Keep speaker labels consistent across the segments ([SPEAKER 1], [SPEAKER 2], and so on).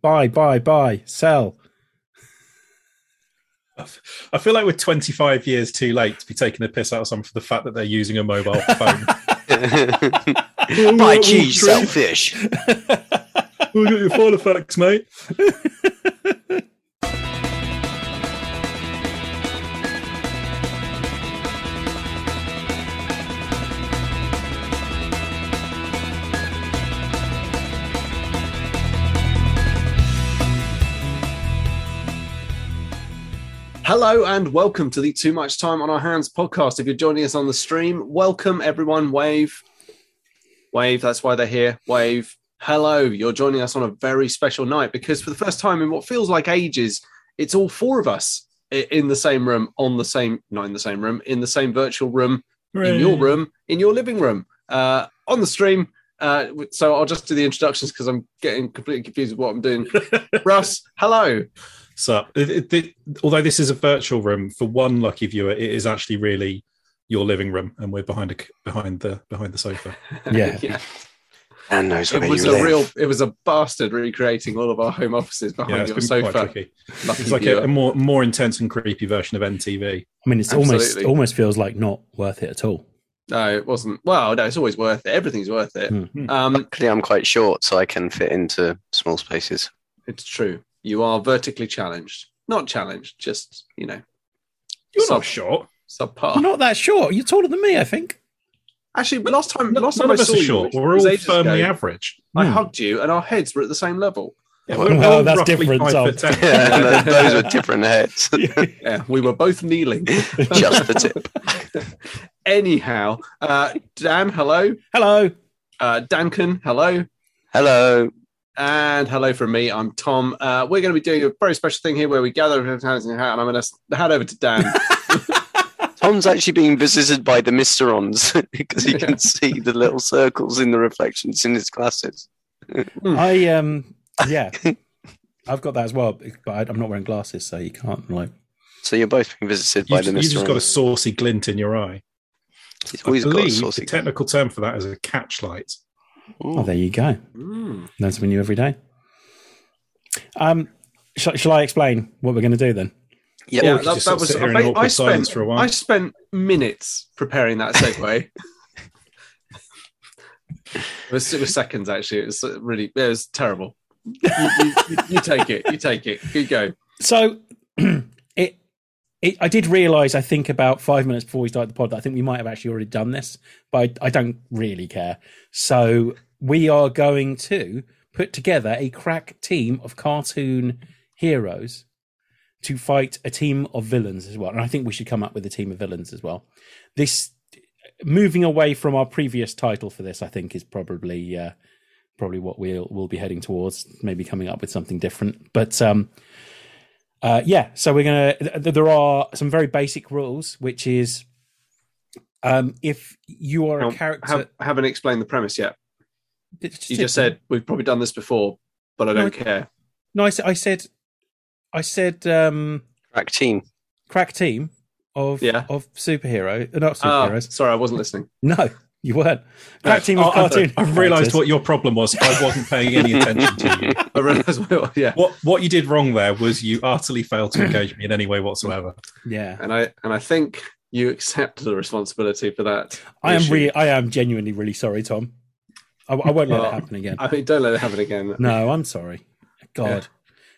[SPEAKER 1] buy, buy, buy, sell.
[SPEAKER 2] I feel like we're 25 years too late to be taking the piss out of someone for the fact that they're using a mobile phone.
[SPEAKER 3] Buy cheese, sell fish.
[SPEAKER 2] we got your file effects, mate.
[SPEAKER 3] Hello and welcome to the Too Much Time on Our Hands podcast. If you're joining us on the stream, welcome everyone. Wave, wave. That's why they're here. Wave. Hello. You're joining us on a very special night because for the first time in what feels like ages, it's all four of us i- in the same room, on the same, not in the same room, in the same virtual room, in your room, in your living room, uh, on the stream. Uh, w- so I'll just do the introductions because I'm getting completely confused with what I'm doing. Russ, hello.
[SPEAKER 2] So, it, it, it- although this is a virtual room, for one lucky viewer, it is actually really your living room, and we're behind a, c- behind the behind the sofa.
[SPEAKER 1] Yeah.
[SPEAKER 3] yeah.
[SPEAKER 4] And knows
[SPEAKER 3] It
[SPEAKER 4] where
[SPEAKER 3] was
[SPEAKER 4] you
[SPEAKER 3] a
[SPEAKER 4] live.
[SPEAKER 3] real, it was a bastard recreating all of our home offices
[SPEAKER 2] Yeah,
[SPEAKER 3] behind
[SPEAKER 2] it's
[SPEAKER 3] your
[SPEAKER 2] been quite
[SPEAKER 3] sofa.
[SPEAKER 2] tricky.
[SPEAKER 3] Lucky
[SPEAKER 2] It's like a,
[SPEAKER 3] viewer.
[SPEAKER 2] a more more intense and creepy version of MTV.
[SPEAKER 1] I mean, it's almost
[SPEAKER 3] Absolutely.
[SPEAKER 1] almost feels like not worth it at all.
[SPEAKER 3] no, it wasn't. Well, no, it's always worth it. Everything's worth it.
[SPEAKER 2] Hmm.
[SPEAKER 3] Um,
[SPEAKER 4] Luckily, I'm quite short, so I can fit into small spaces.
[SPEAKER 3] it's true. You are vertically challenged, not challenged, just you know,
[SPEAKER 2] You're
[SPEAKER 3] sub,
[SPEAKER 2] not short.
[SPEAKER 1] You're
[SPEAKER 3] subpar.
[SPEAKER 1] not that short. You're taller than me, I think.
[SPEAKER 3] Actually, but last time,
[SPEAKER 2] None
[SPEAKER 3] last time
[SPEAKER 2] of
[SPEAKER 3] I
[SPEAKER 2] us
[SPEAKER 3] saw
[SPEAKER 2] are
[SPEAKER 3] you,
[SPEAKER 2] short.
[SPEAKER 3] which
[SPEAKER 2] We're
[SPEAKER 3] was
[SPEAKER 2] all
[SPEAKER 3] ages
[SPEAKER 2] firmly
[SPEAKER 3] ago,
[SPEAKER 2] average.
[SPEAKER 3] I
[SPEAKER 1] Hmm.
[SPEAKER 3] hugged you, and our heads were at the same level.
[SPEAKER 2] Yeah,
[SPEAKER 4] Well,
[SPEAKER 2] we're
[SPEAKER 1] well,
[SPEAKER 2] all
[SPEAKER 1] that's
[SPEAKER 2] roughly
[SPEAKER 1] different,
[SPEAKER 2] five
[SPEAKER 1] Tom.
[SPEAKER 2] foot ten.
[SPEAKER 4] Yeah, th- those are different heads.
[SPEAKER 3] Yeah, we were both kneeling.
[SPEAKER 4] Just the tip.
[SPEAKER 3] Anyhow, uh, Dan, hello.
[SPEAKER 1] Hello.
[SPEAKER 3] Uh, Duncan, hello.
[SPEAKER 4] Hello.
[SPEAKER 3] And hello from me. I'm Tom. Uh, we're going to be doing a very special thing here where we gather everyone's hands in a hat, and I'm going to hand over to Dan.
[SPEAKER 4] Tom's actually being visited by the Mysterons because he can see the little circles in the reflections in his glasses.
[SPEAKER 1] I um yeah. I've got that as well, but I- I'm not wearing glasses, so you can't like.
[SPEAKER 4] So you're both being visited by
[SPEAKER 2] You've,
[SPEAKER 4] the
[SPEAKER 2] you've just got a
[SPEAKER 4] Mysterons.
[SPEAKER 2] saucy glint in your eye.
[SPEAKER 4] He's
[SPEAKER 2] I
[SPEAKER 4] always got a
[SPEAKER 2] believe the
[SPEAKER 4] saucy.
[SPEAKER 2] technical term for that is a catchlight.
[SPEAKER 1] Oh, there you go.
[SPEAKER 3] Hmm.
[SPEAKER 1] Learn something new every day. Um, shall, shall I explain what we're going to do then?
[SPEAKER 4] Yeah.
[SPEAKER 2] Or
[SPEAKER 3] Yeah,
[SPEAKER 2] we could
[SPEAKER 3] that,
[SPEAKER 2] just
[SPEAKER 3] that
[SPEAKER 2] sort of
[SPEAKER 3] was.
[SPEAKER 2] sit here in
[SPEAKER 3] I,
[SPEAKER 2] an awkward
[SPEAKER 3] I
[SPEAKER 2] silence
[SPEAKER 3] spent.
[SPEAKER 2] for a while.
[SPEAKER 3] I spent minutes preparing that segue. it, was, it was seconds actually. It was really. It was terrible. You, you- you- you take it. You take it. You go.
[SPEAKER 1] So, it, it I did realise I think about five minutes before we started the pod that I think we might have actually already done this, but I, I don't really care. So we are going to put together a crack team of cartoon heroes to fight a team of villains as well. And I think we should come up with a team of villains as well. This moving away from our previous title for this, I think is probably uh, probably what we'll we'll be heading towards. Maybe coming up with something different, but um, uh, yeah. So we're gonna. th- th- there are some very basic rules, which is um, if you are
[SPEAKER 3] How-
[SPEAKER 1] a character,
[SPEAKER 3] Have, haven't explained the premise yet.
[SPEAKER 1] It's
[SPEAKER 3] You just said we've probably done this before, but I
[SPEAKER 1] No,
[SPEAKER 3] don't care.
[SPEAKER 1] no. I, s- I said, I said, um,
[SPEAKER 4] Crack team.
[SPEAKER 1] crack team of
[SPEAKER 3] Yeah.
[SPEAKER 1] of superhero, uh, not
[SPEAKER 3] Oh,
[SPEAKER 1] superheroes.
[SPEAKER 3] sorry, I wasn't listening.
[SPEAKER 1] no, you weren't. Crack team
[SPEAKER 2] I-
[SPEAKER 1] of
[SPEAKER 3] Oh,
[SPEAKER 2] I've-
[SPEAKER 1] cartoon.
[SPEAKER 2] I've realised
[SPEAKER 1] characters.
[SPEAKER 2] what your problem was. I wasn't paying any attention to you.
[SPEAKER 3] I realised. what- Yeah,
[SPEAKER 2] What what you did wrong there was you utterly failed to engage me in any way whatsoever.
[SPEAKER 1] Yeah,
[SPEAKER 3] and I and I think you accept the responsibility for that.
[SPEAKER 1] I am
[SPEAKER 3] issue.
[SPEAKER 1] really, I am genuinely really sorry, Tom. I, I won't let
[SPEAKER 3] Oh.
[SPEAKER 1] it happen again.
[SPEAKER 3] I mean, don't let it happen again.
[SPEAKER 1] No, I'm sorry. God,
[SPEAKER 3] Yeah.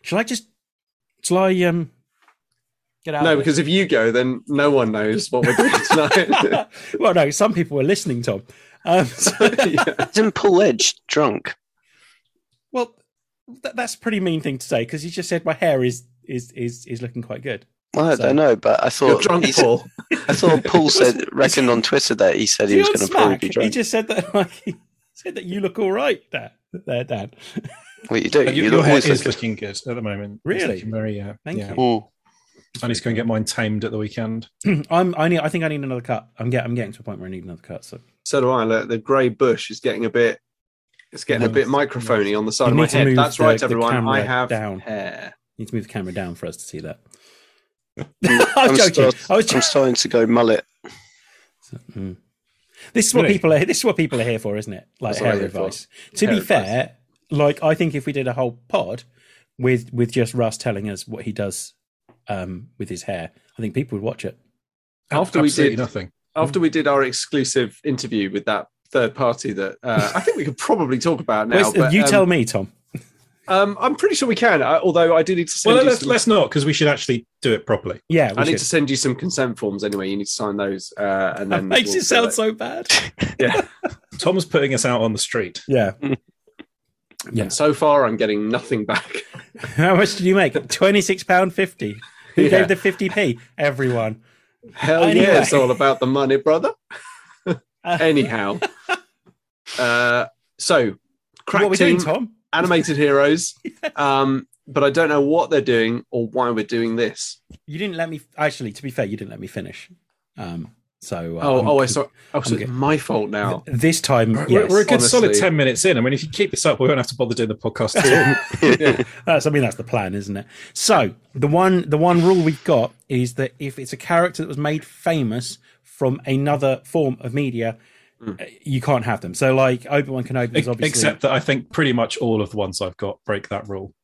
[SPEAKER 1] shall I just? Shall I um? Get out.
[SPEAKER 3] No,
[SPEAKER 1] of it?
[SPEAKER 3] because if you go, then no one knows what we're doing tonight.
[SPEAKER 1] well, no. Some people were listening, Tom. Um, so-
[SPEAKER 3] Yeah.
[SPEAKER 4] Isn't Paul Edge drunk?
[SPEAKER 1] well, th- that's a pretty mean thing to say because you just said my hair is is is is looking quite good.
[SPEAKER 4] Well, I
[SPEAKER 1] So-
[SPEAKER 4] don't know, but I thought
[SPEAKER 3] You're drunk,
[SPEAKER 4] he said-
[SPEAKER 3] Paul.
[SPEAKER 4] I thought Paul said reckoned on Twitter that he said he
[SPEAKER 1] You
[SPEAKER 4] was
[SPEAKER 1] don't
[SPEAKER 4] going to probably
[SPEAKER 1] smack.
[SPEAKER 4] be
[SPEAKER 1] He
[SPEAKER 4] drunk.
[SPEAKER 1] just said that like he said that you look all right there, there, Dan.
[SPEAKER 4] Well, you do.
[SPEAKER 2] But
[SPEAKER 4] You,
[SPEAKER 2] your, your
[SPEAKER 4] look
[SPEAKER 2] hair
[SPEAKER 4] always
[SPEAKER 2] is
[SPEAKER 4] look
[SPEAKER 2] looking good at the moment. It's
[SPEAKER 1] Really?
[SPEAKER 2] looking very, uh,
[SPEAKER 1] Thank
[SPEAKER 2] yeah.
[SPEAKER 1] you.
[SPEAKER 4] Ooh.
[SPEAKER 2] I need to go and get mine tamed at the weekend.
[SPEAKER 1] I'm. I need. I think I need another cut. I'm get. I'm getting to a point where I need another cut. So
[SPEAKER 3] So do I. Look, the grey bush is getting a bit. It's getting a bit microphony on the side
[SPEAKER 1] You
[SPEAKER 3] of my
[SPEAKER 1] need to
[SPEAKER 3] head.
[SPEAKER 1] move
[SPEAKER 3] That's
[SPEAKER 1] the-
[SPEAKER 3] right,
[SPEAKER 1] the
[SPEAKER 3] everyone.
[SPEAKER 1] camera
[SPEAKER 3] I have
[SPEAKER 1] down.
[SPEAKER 3] hair.
[SPEAKER 1] you need to move the camera down for us to see that.
[SPEAKER 4] I'm
[SPEAKER 1] I'm joking.
[SPEAKER 4] start-
[SPEAKER 1] I was
[SPEAKER 4] I'm
[SPEAKER 1] joking.
[SPEAKER 4] starting to go mullet.
[SPEAKER 1] Mm. This is what
[SPEAKER 2] Really?
[SPEAKER 1] people are. This is what people are here for, isn't it? Like
[SPEAKER 3] That's what
[SPEAKER 1] hair
[SPEAKER 3] I'm here for.
[SPEAKER 1] advice. To
[SPEAKER 3] Hair
[SPEAKER 1] be
[SPEAKER 3] advice.
[SPEAKER 1] fair, like I think if we did a whole pod with with just Russ telling us what he does um, with his hair, I think people would watch it.
[SPEAKER 3] After we
[SPEAKER 2] Absolutely
[SPEAKER 3] did-
[SPEAKER 2] nothing.
[SPEAKER 3] After we did our exclusive interview with that third party that uh, I think we could probably talk about now.
[SPEAKER 1] Well,
[SPEAKER 3] but,
[SPEAKER 1] you
[SPEAKER 3] um,
[SPEAKER 1] tell me, Tom.
[SPEAKER 3] Um, I'm pretty sure we can. I, although I do need to send
[SPEAKER 2] Well,
[SPEAKER 3] you
[SPEAKER 2] let's,
[SPEAKER 3] some-
[SPEAKER 2] let's not because we should actually do it properly.
[SPEAKER 1] Yeah, we
[SPEAKER 3] I need
[SPEAKER 1] should.
[SPEAKER 3] to send you some consent forms anyway. You need to sign those, uh, and
[SPEAKER 1] that
[SPEAKER 3] then
[SPEAKER 1] makes
[SPEAKER 3] we'll
[SPEAKER 1] it sound so
[SPEAKER 3] fill
[SPEAKER 1] bad.
[SPEAKER 2] Tom's putting us out on the street.
[SPEAKER 1] Yeah.
[SPEAKER 3] it. So far, I'm getting nothing back.
[SPEAKER 1] How much did you make? Twenty six pound fifty. Who
[SPEAKER 3] Yeah.
[SPEAKER 1] gave the fifty p? Everyone.
[SPEAKER 3] Hell
[SPEAKER 1] Anyway. Uh.
[SPEAKER 3] yeah, it's all about the money, brother. Anyhow, uh, so crack
[SPEAKER 1] what are we
[SPEAKER 3] team
[SPEAKER 1] doing, Tom?
[SPEAKER 3] animated heroes, um, but I don't know what they're doing or why we're doing this.
[SPEAKER 1] You didn't let me. Actually, to be fair, you didn't let me finish. Um. So. uh,
[SPEAKER 3] Oh,
[SPEAKER 1] I'm-
[SPEAKER 3] oh, I saw. Oh, so
[SPEAKER 1] I'm
[SPEAKER 3] it's
[SPEAKER 1] good.
[SPEAKER 3] my fault now.
[SPEAKER 1] This time,
[SPEAKER 2] We're-
[SPEAKER 1] yes.
[SPEAKER 2] We're a good solid
[SPEAKER 3] honestly.
[SPEAKER 2] 10 minutes in. I mean, if you keep this up, we won't have to bother doing the podcast at all.
[SPEAKER 1] That's, I mean, that's the plan, isn't it? So the one, the one rule we've got is that if it's a character that was made famous from another form of media,
[SPEAKER 3] Hmm.
[SPEAKER 1] uh, you can't have them. So like Obi Wan Kenobi is obviously
[SPEAKER 2] Except that I think pretty much all of the ones I've got break that rule.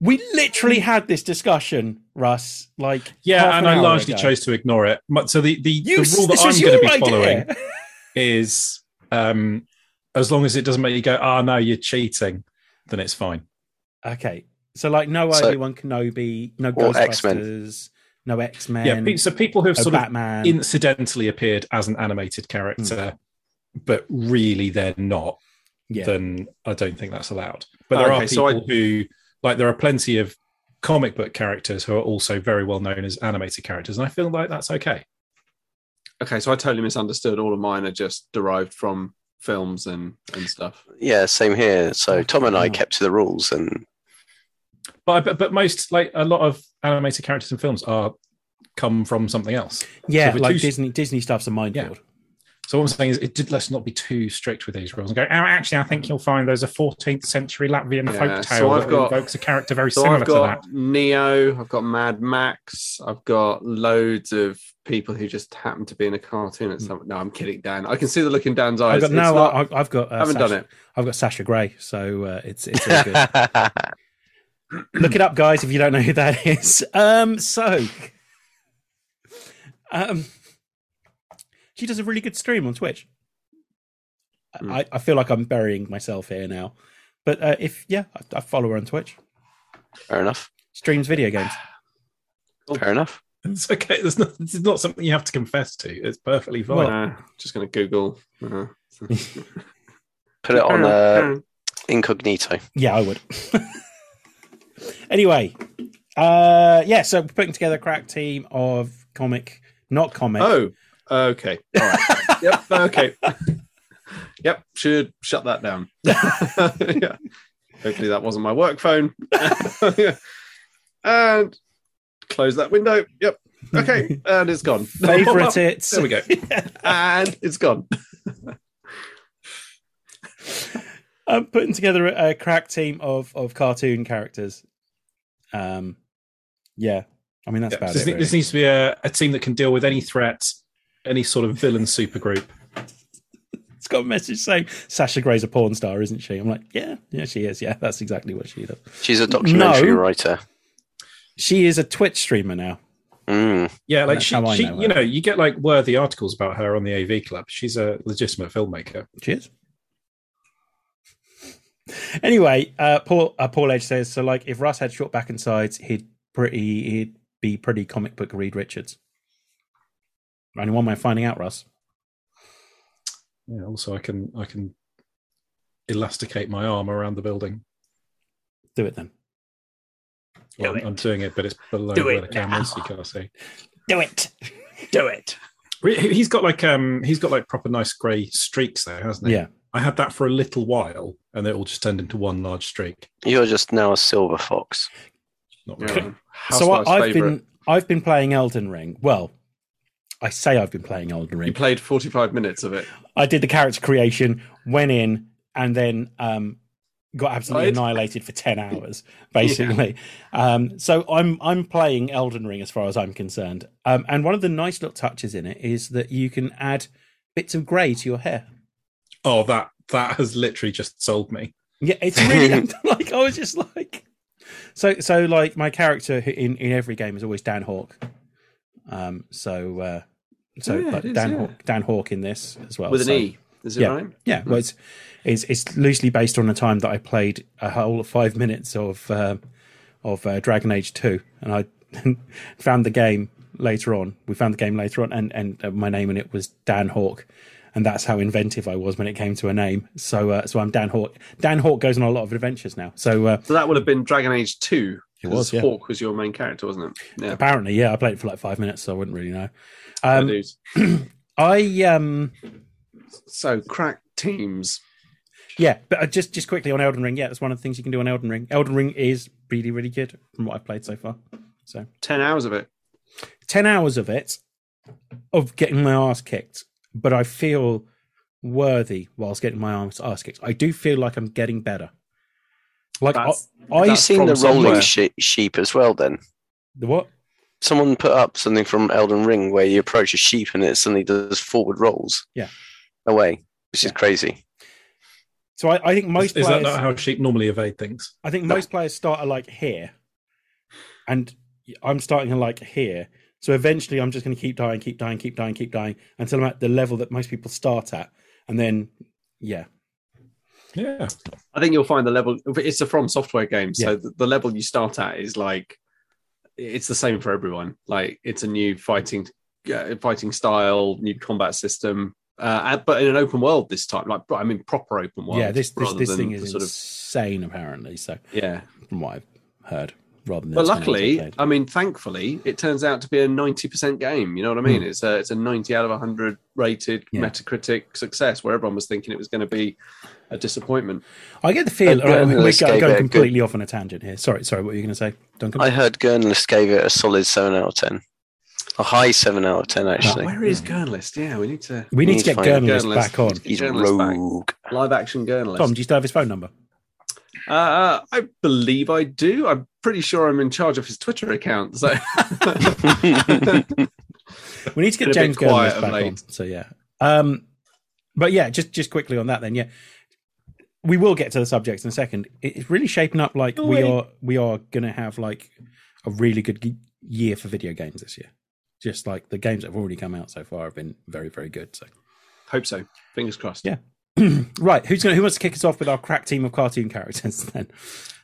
[SPEAKER 1] we literally had this discussion, Russ. Like half
[SPEAKER 2] Yeah, and
[SPEAKER 1] an
[SPEAKER 2] I
[SPEAKER 1] hour
[SPEAKER 2] largely
[SPEAKER 1] ago.
[SPEAKER 2] chose to ignore it. Mu- So the the,
[SPEAKER 1] You,
[SPEAKER 2] the rule that
[SPEAKER 1] this
[SPEAKER 2] I'm
[SPEAKER 1] was
[SPEAKER 2] going to
[SPEAKER 1] your
[SPEAKER 2] be
[SPEAKER 1] idea.
[SPEAKER 2] following is um, as long as it doesn't make you go, "Ah, no, you're cheating," then it's fine.
[SPEAKER 1] Okay, so like no
[SPEAKER 4] So-
[SPEAKER 1] Obi Wan Kenobi, no
[SPEAKER 4] Or X-Men.
[SPEAKER 1] Ghostbusters, no X Men,
[SPEAKER 2] yeah. pe- So people who have
[SPEAKER 1] no
[SPEAKER 2] sort
[SPEAKER 1] Batman.
[SPEAKER 2] of incidentally appeared as an animated character, but really they're not.
[SPEAKER 1] yeah,
[SPEAKER 2] then I don't think that's allowed. But there
[SPEAKER 3] Ah, Okay,
[SPEAKER 2] are
[SPEAKER 3] so
[SPEAKER 2] people
[SPEAKER 3] I-
[SPEAKER 2] who like there are plenty of comic book characters who are also very well known as animated characters, and I feel like that's okay.
[SPEAKER 3] Okay, so I totally misunderstood. All of mine are just derived from films and and stuff.
[SPEAKER 4] Yeah, same here. So Tom and I
[SPEAKER 1] Yeah.
[SPEAKER 4] kept to the rules, and
[SPEAKER 2] But I- but, but most like a lot of animated characters in films are come from something else.
[SPEAKER 1] yeah,
[SPEAKER 2] so we're
[SPEAKER 1] like
[SPEAKER 2] too-
[SPEAKER 1] Disney. Disney stuff's a minefield.
[SPEAKER 2] So what I'm saying is, it did, let's not be too strict with these rules and go. Oh, actually, I think you'll find there's a 14th century Latvian
[SPEAKER 3] Yeah,
[SPEAKER 2] folk
[SPEAKER 3] so
[SPEAKER 2] folktale
[SPEAKER 3] I've
[SPEAKER 2] that
[SPEAKER 3] got-
[SPEAKER 2] evokes a character very
[SPEAKER 3] So
[SPEAKER 2] similar
[SPEAKER 3] I've got
[SPEAKER 2] to
[SPEAKER 3] Neo, I've got Mad Max, I've got loads of people who just happen to be in a cartoon at some. No, I'm kidding, Dan. I can see the look in Dan's eyes.
[SPEAKER 1] Hmm. I've got
[SPEAKER 3] It's
[SPEAKER 1] no.
[SPEAKER 3] not-
[SPEAKER 1] I, I've got. Uh,
[SPEAKER 3] I haven't
[SPEAKER 1] Sasha,
[SPEAKER 3] done it.
[SPEAKER 1] I've got Sasha Grey, so uh, it's it's all good.
[SPEAKER 4] yeah,
[SPEAKER 1] Look it up, guys, if you don't know who that is. Um, so, um, she does a really good stream on Twitch. I-
[SPEAKER 3] Hmm.
[SPEAKER 1] I, I feel like I'm burying myself here now, but uh, if yeah, I, I follow her on Twitch.
[SPEAKER 4] fair enough.
[SPEAKER 1] Streams video games.
[SPEAKER 4] Fair enough.
[SPEAKER 2] that. It's okay. There's not, it's not something you have to confess to. It's perfectly fine.
[SPEAKER 1] Well,
[SPEAKER 3] Uh, just going to Google. Uh,
[SPEAKER 4] Put it on uh, incognito.
[SPEAKER 1] Yeah, I would. anyway, uh, yeah. So we're putting together a crack team of comic, not comic.
[SPEAKER 3] oh, okay. All right. yep. Okay. Yep. Should shut that down. yeah. Hopefully that wasn't my work phone. and close that window. Yep. Okay. And it's gone.
[SPEAKER 1] favorite it's
[SPEAKER 2] there we go.
[SPEAKER 3] and it's gone.
[SPEAKER 1] I'm putting together a, a crack team of of cartoon characters. Um, yeah, I mean that's
[SPEAKER 2] Yeah,
[SPEAKER 1] about
[SPEAKER 2] this,
[SPEAKER 1] it.
[SPEAKER 2] ne-
[SPEAKER 1] really.
[SPEAKER 2] this needs to be a, a team that can deal with any threat, any sort of villain supergroup.
[SPEAKER 1] It's got a message saying Sasha Grey's a porn star, isn't she? I'm like, yeah, yeah, she is. Yeah, that's exactly what she does.
[SPEAKER 4] She's a documentary
[SPEAKER 1] No.
[SPEAKER 4] writer.
[SPEAKER 1] She is a Twitch streamer now.
[SPEAKER 4] Mm.
[SPEAKER 2] Yeah, like
[SPEAKER 1] That's
[SPEAKER 2] she,
[SPEAKER 1] how I
[SPEAKER 2] she
[SPEAKER 1] know
[SPEAKER 2] you
[SPEAKER 1] her.
[SPEAKER 2] know, you get like worthy articles about her on the AV Club. She's a legitimate filmmaker.
[SPEAKER 1] Cheers. Anyway, uh, Paul uh, Paul Edge says so. Like, if Russ had short back and sides, he'd pretty he'd be pretty comic book Reed Richards. Only one way of finding out, Russ.
[SPEAKER 2] Yeah, also, I can I can elasticate my arm around the building.
[SPEAKER 1] Do it then.
[SPEAKER 2] Well,
[SPEAKER 1] Do
[SPEAKER 2] I'm,
[SPEAKER 1] it.
[SPEAKER 2] I'm doing it, but it's below
[SPEAKER 1] Do
[SPEAKER 2] where
[SPEAKER 1] it
[SPEAKER 2] the camera is.
[SPEAKER 1] now.
[SPEAKER 2] You can't see.
[SPEAKER 1] Do it. Do it.
[SPEAKER 2] Re- He's got like um, he's got like proper nice grey streaks there, hasn't he?
[SPEAKER 1] Yeah.
[SPEAKER 2] I had that for a little while, and it all just turned into one large streak.
[SPEAKER 4] You're just now a silver fox.
[SPEAKER 2] Not really.
[SPEAKER 3] Yeah.
[SPEAKER 1] so I,
[SPEAKER 3] Housewife's
[SPEAKER 1] I've
[SPEAKER 3] favourite.
[SPEAKER 1] been I've been playing Elden Ring. Well, I say I've been playing Elden
[SPEAKER 3] You
[SPEAKER 1] Ring.
[SPEAKER 3] played 45 minutes of it.
[SPEAKER 1] I did the character creation, went in, and then um, got absolutely
[SPEAKER 3] Died?
[SPEAKER 1] annihilated for ten hours, basically. Um, so I'm I'm playing Elden Ring as far as I'm concerned. Um, and one of the nice little touches in it is that you can add bits of grey to your hair.
[SPEAKER 2] Oh, that that has literally just sold me.
[SPEAKER 1] Yeah, it's really like I was just like so so like my character who- in in every game is always Dan Hawk. Um so uh so
[SPEAKER 3] Yeah,
[SPEAKER 1] but
[SPEAKER 3] it is,
[SPEAKER 1] Dan
[SPEAKER 3] yeah.
[SPEAKER 1] Hawk Dan Hawk in this as well.
[SPEAKER 3] with an
[SPEAKER 1] so-
[SPEAKER 3] E. Is it
[SPEAKER 1] yeah.
[SPEAKER 3] right?
[SPEAKER 1] Yeah, well it's it's it's loosely based on the time that I played a whole 5 minutes of um of uh, Dragon Age 2 and I found the game later on. We found the game later on and and uh, my name in it was Dan Hawk. And that's how inventive I was when it came to a name. So, uh, so I'm Dan Hawk. Dan Hawk goes on a lot of adventures now. So, uh,
[SPEAKER 3] So that would have been Dragon Age Two.
[SPEAKER 1] It was,
[SPEAKER 3] 'cause
[SPEAKER 1] yeah. Um,
[SPEAKER 3] Hawk was your main character, wasn't it? Yeah.
[SPEAKER 1] Apparently, yeah. I played it for like five minutes, so I wouldn't really know.
[SPEAKER 3] I
[SPEAKER 1] Um,
[SPEAKER 3] do.
[SPEAKER 1] I um,
[SPEAKER 3] So crack teams.
[SPEAKER 1] yeah, but uh, just just quickly on Elden Ring. Yeah, that's one of the things you can do on Elden Ring. Elden Ring is really really good from what I've played so far. So
[SPEAKER 3] Ten hours of it.
[SPEAKER 1] ten hours of it of getting my ass kicked, but I feel worthy whilst getting my arms ass kicked. I do feel like I'm getting better. Like I,
[SPEAKER 3] That's-
[SPEAKER 1] I
[SPEAKER 4] Have you
[SPEAKER 3] that's
[SPEAKER 4] seen
[SPEAKER 3] from
[SPEAKER 4] the rolling
[SPEAKER 3] somewhere.
[SPEAKER 4] she- sheep as well? Then
[SPEAKER 1] the what?
[SPEAKER 4] someone put up something from Elden Ring where you approach a sheep and it suddenly does forward rolls.
[SPEAKER 1] Yeah.
[SPEAKER 4] away, which is
[SPEAKER 1] Yeah.
[SPEAKER 4] crazy.
[SPEAKER 1] So I, I think most
[SPEAKER 2] is, is that
[SPEAKER 1] players,
[SPEAKER 2] not how sheep normally evade things?
[SPEAKER 1] I think most players start at like here, and I'm starting at like here. So eventually, I'm just going to keep dying, keep dying, keep dying, keep dying until I'm at the level that most people start at, and then yeah,
[SPEAKER 2] Yeah,
[SPEAKER 3] I think you'll find the level. It's a From Software game, so the, the level you start at is like it's the same for everyone. Like it's a new fighting, uh, fighting style, new combat system, uh, and- but in an open world this time. Like I mean, proper open world.
[SPEAKER 1] yeah. This this,
[SPEAKER 3] rather
[SPEAKER 1] this
[SPEAKER 3] than
[SPEAKER 1] thing
[SPEAKER 3] the
[SPEAKER 1] is
[SPEAKER 3] sort of
[SPEAKER 1] insane, apparently. So
[SPEAKER 3] yeah.
[SPEAKER 1] from what I've heard, rather than
[SPEAKER 3] But
[SPEAKER 1] the time I've
[SPEAKER 3] luckily,
[SPEAKER 1] played.
[SPEAKER 3] I mean, thankfully, it turns out to be a ninety percent game. You know what I mean? It's a it's a ninety out of hundred rated
[SPEAKER 1] Hmm. Yeah.
[SPEAKER 3] Metacritic success, where everyone was thinking it was going to be a disappointment.
[SPEAKER 1] I get the feel.
[SPEAKER 4] Uh, yeah,
[SPEAKER 1] Alright,
[SPEAKER 4] no,
[SPEAKER 1] we're
[SPEAKER 4] this
[SPEAKER 1] go-
[SPEAKER 4] gave it
[SPEAKER 1] going
[SPEAKER 4] a good-
[SPEAKER 1] completely off on a tangent here. Sorry, sorry. What were you going to say, Duncan?
[SPEAKER 4] I heard Gurnless gave it a solid seven out of ten, a high seven out of ten actually.
[SPEAKER 3] Where is Gurnlist? Yeah, we need to
[SPEAKER 1] we need to
[SPEAKER 4] need
[SPEAKER 1] get
[SPEAKER 4] to find
[SPEAKER 1] Gurnalist
[SPEAKER 3] Gurnalist.
[SPEAKER 1] back on.
[SPEAKER 4] He's
[SPEAKER 3] Gurnalist back.
[SPEAKER 4] rogue.
[SPEAKER 3] live action Gurnlist.
[SPEAKER 1] Tom, do you still have his phone number?
[SPEAKER 3] Uh, I believe I do. I'm pretty sure I'm in charge of his Twitter account. So
[SPEAKER 1] We need to get
[SPEAKER 3] Been a bit
[SPEAKER 1] James
[SPEAKER 3] quiet
[SPEAKER 1] Gurnless
[SPEAKER 3] of
[SPEAKER 1] back
[SPEAKER 3] late.
[SPEAKER 1] on. So yeah. Um, but yeah, just just quickly on that then. Yeah, we will get to the subjects in a second. It- It's really shaping up like we are we are gonna have like a really good g- year for video games this year. Just like the games that have already come out so far have been very very good. So
[SPEAKER 3] hope so. Fingers crossed.
[SPEAKER 1] Yeah. right, who's gonna who wants to kick us off with our crack team of cartoon characters then?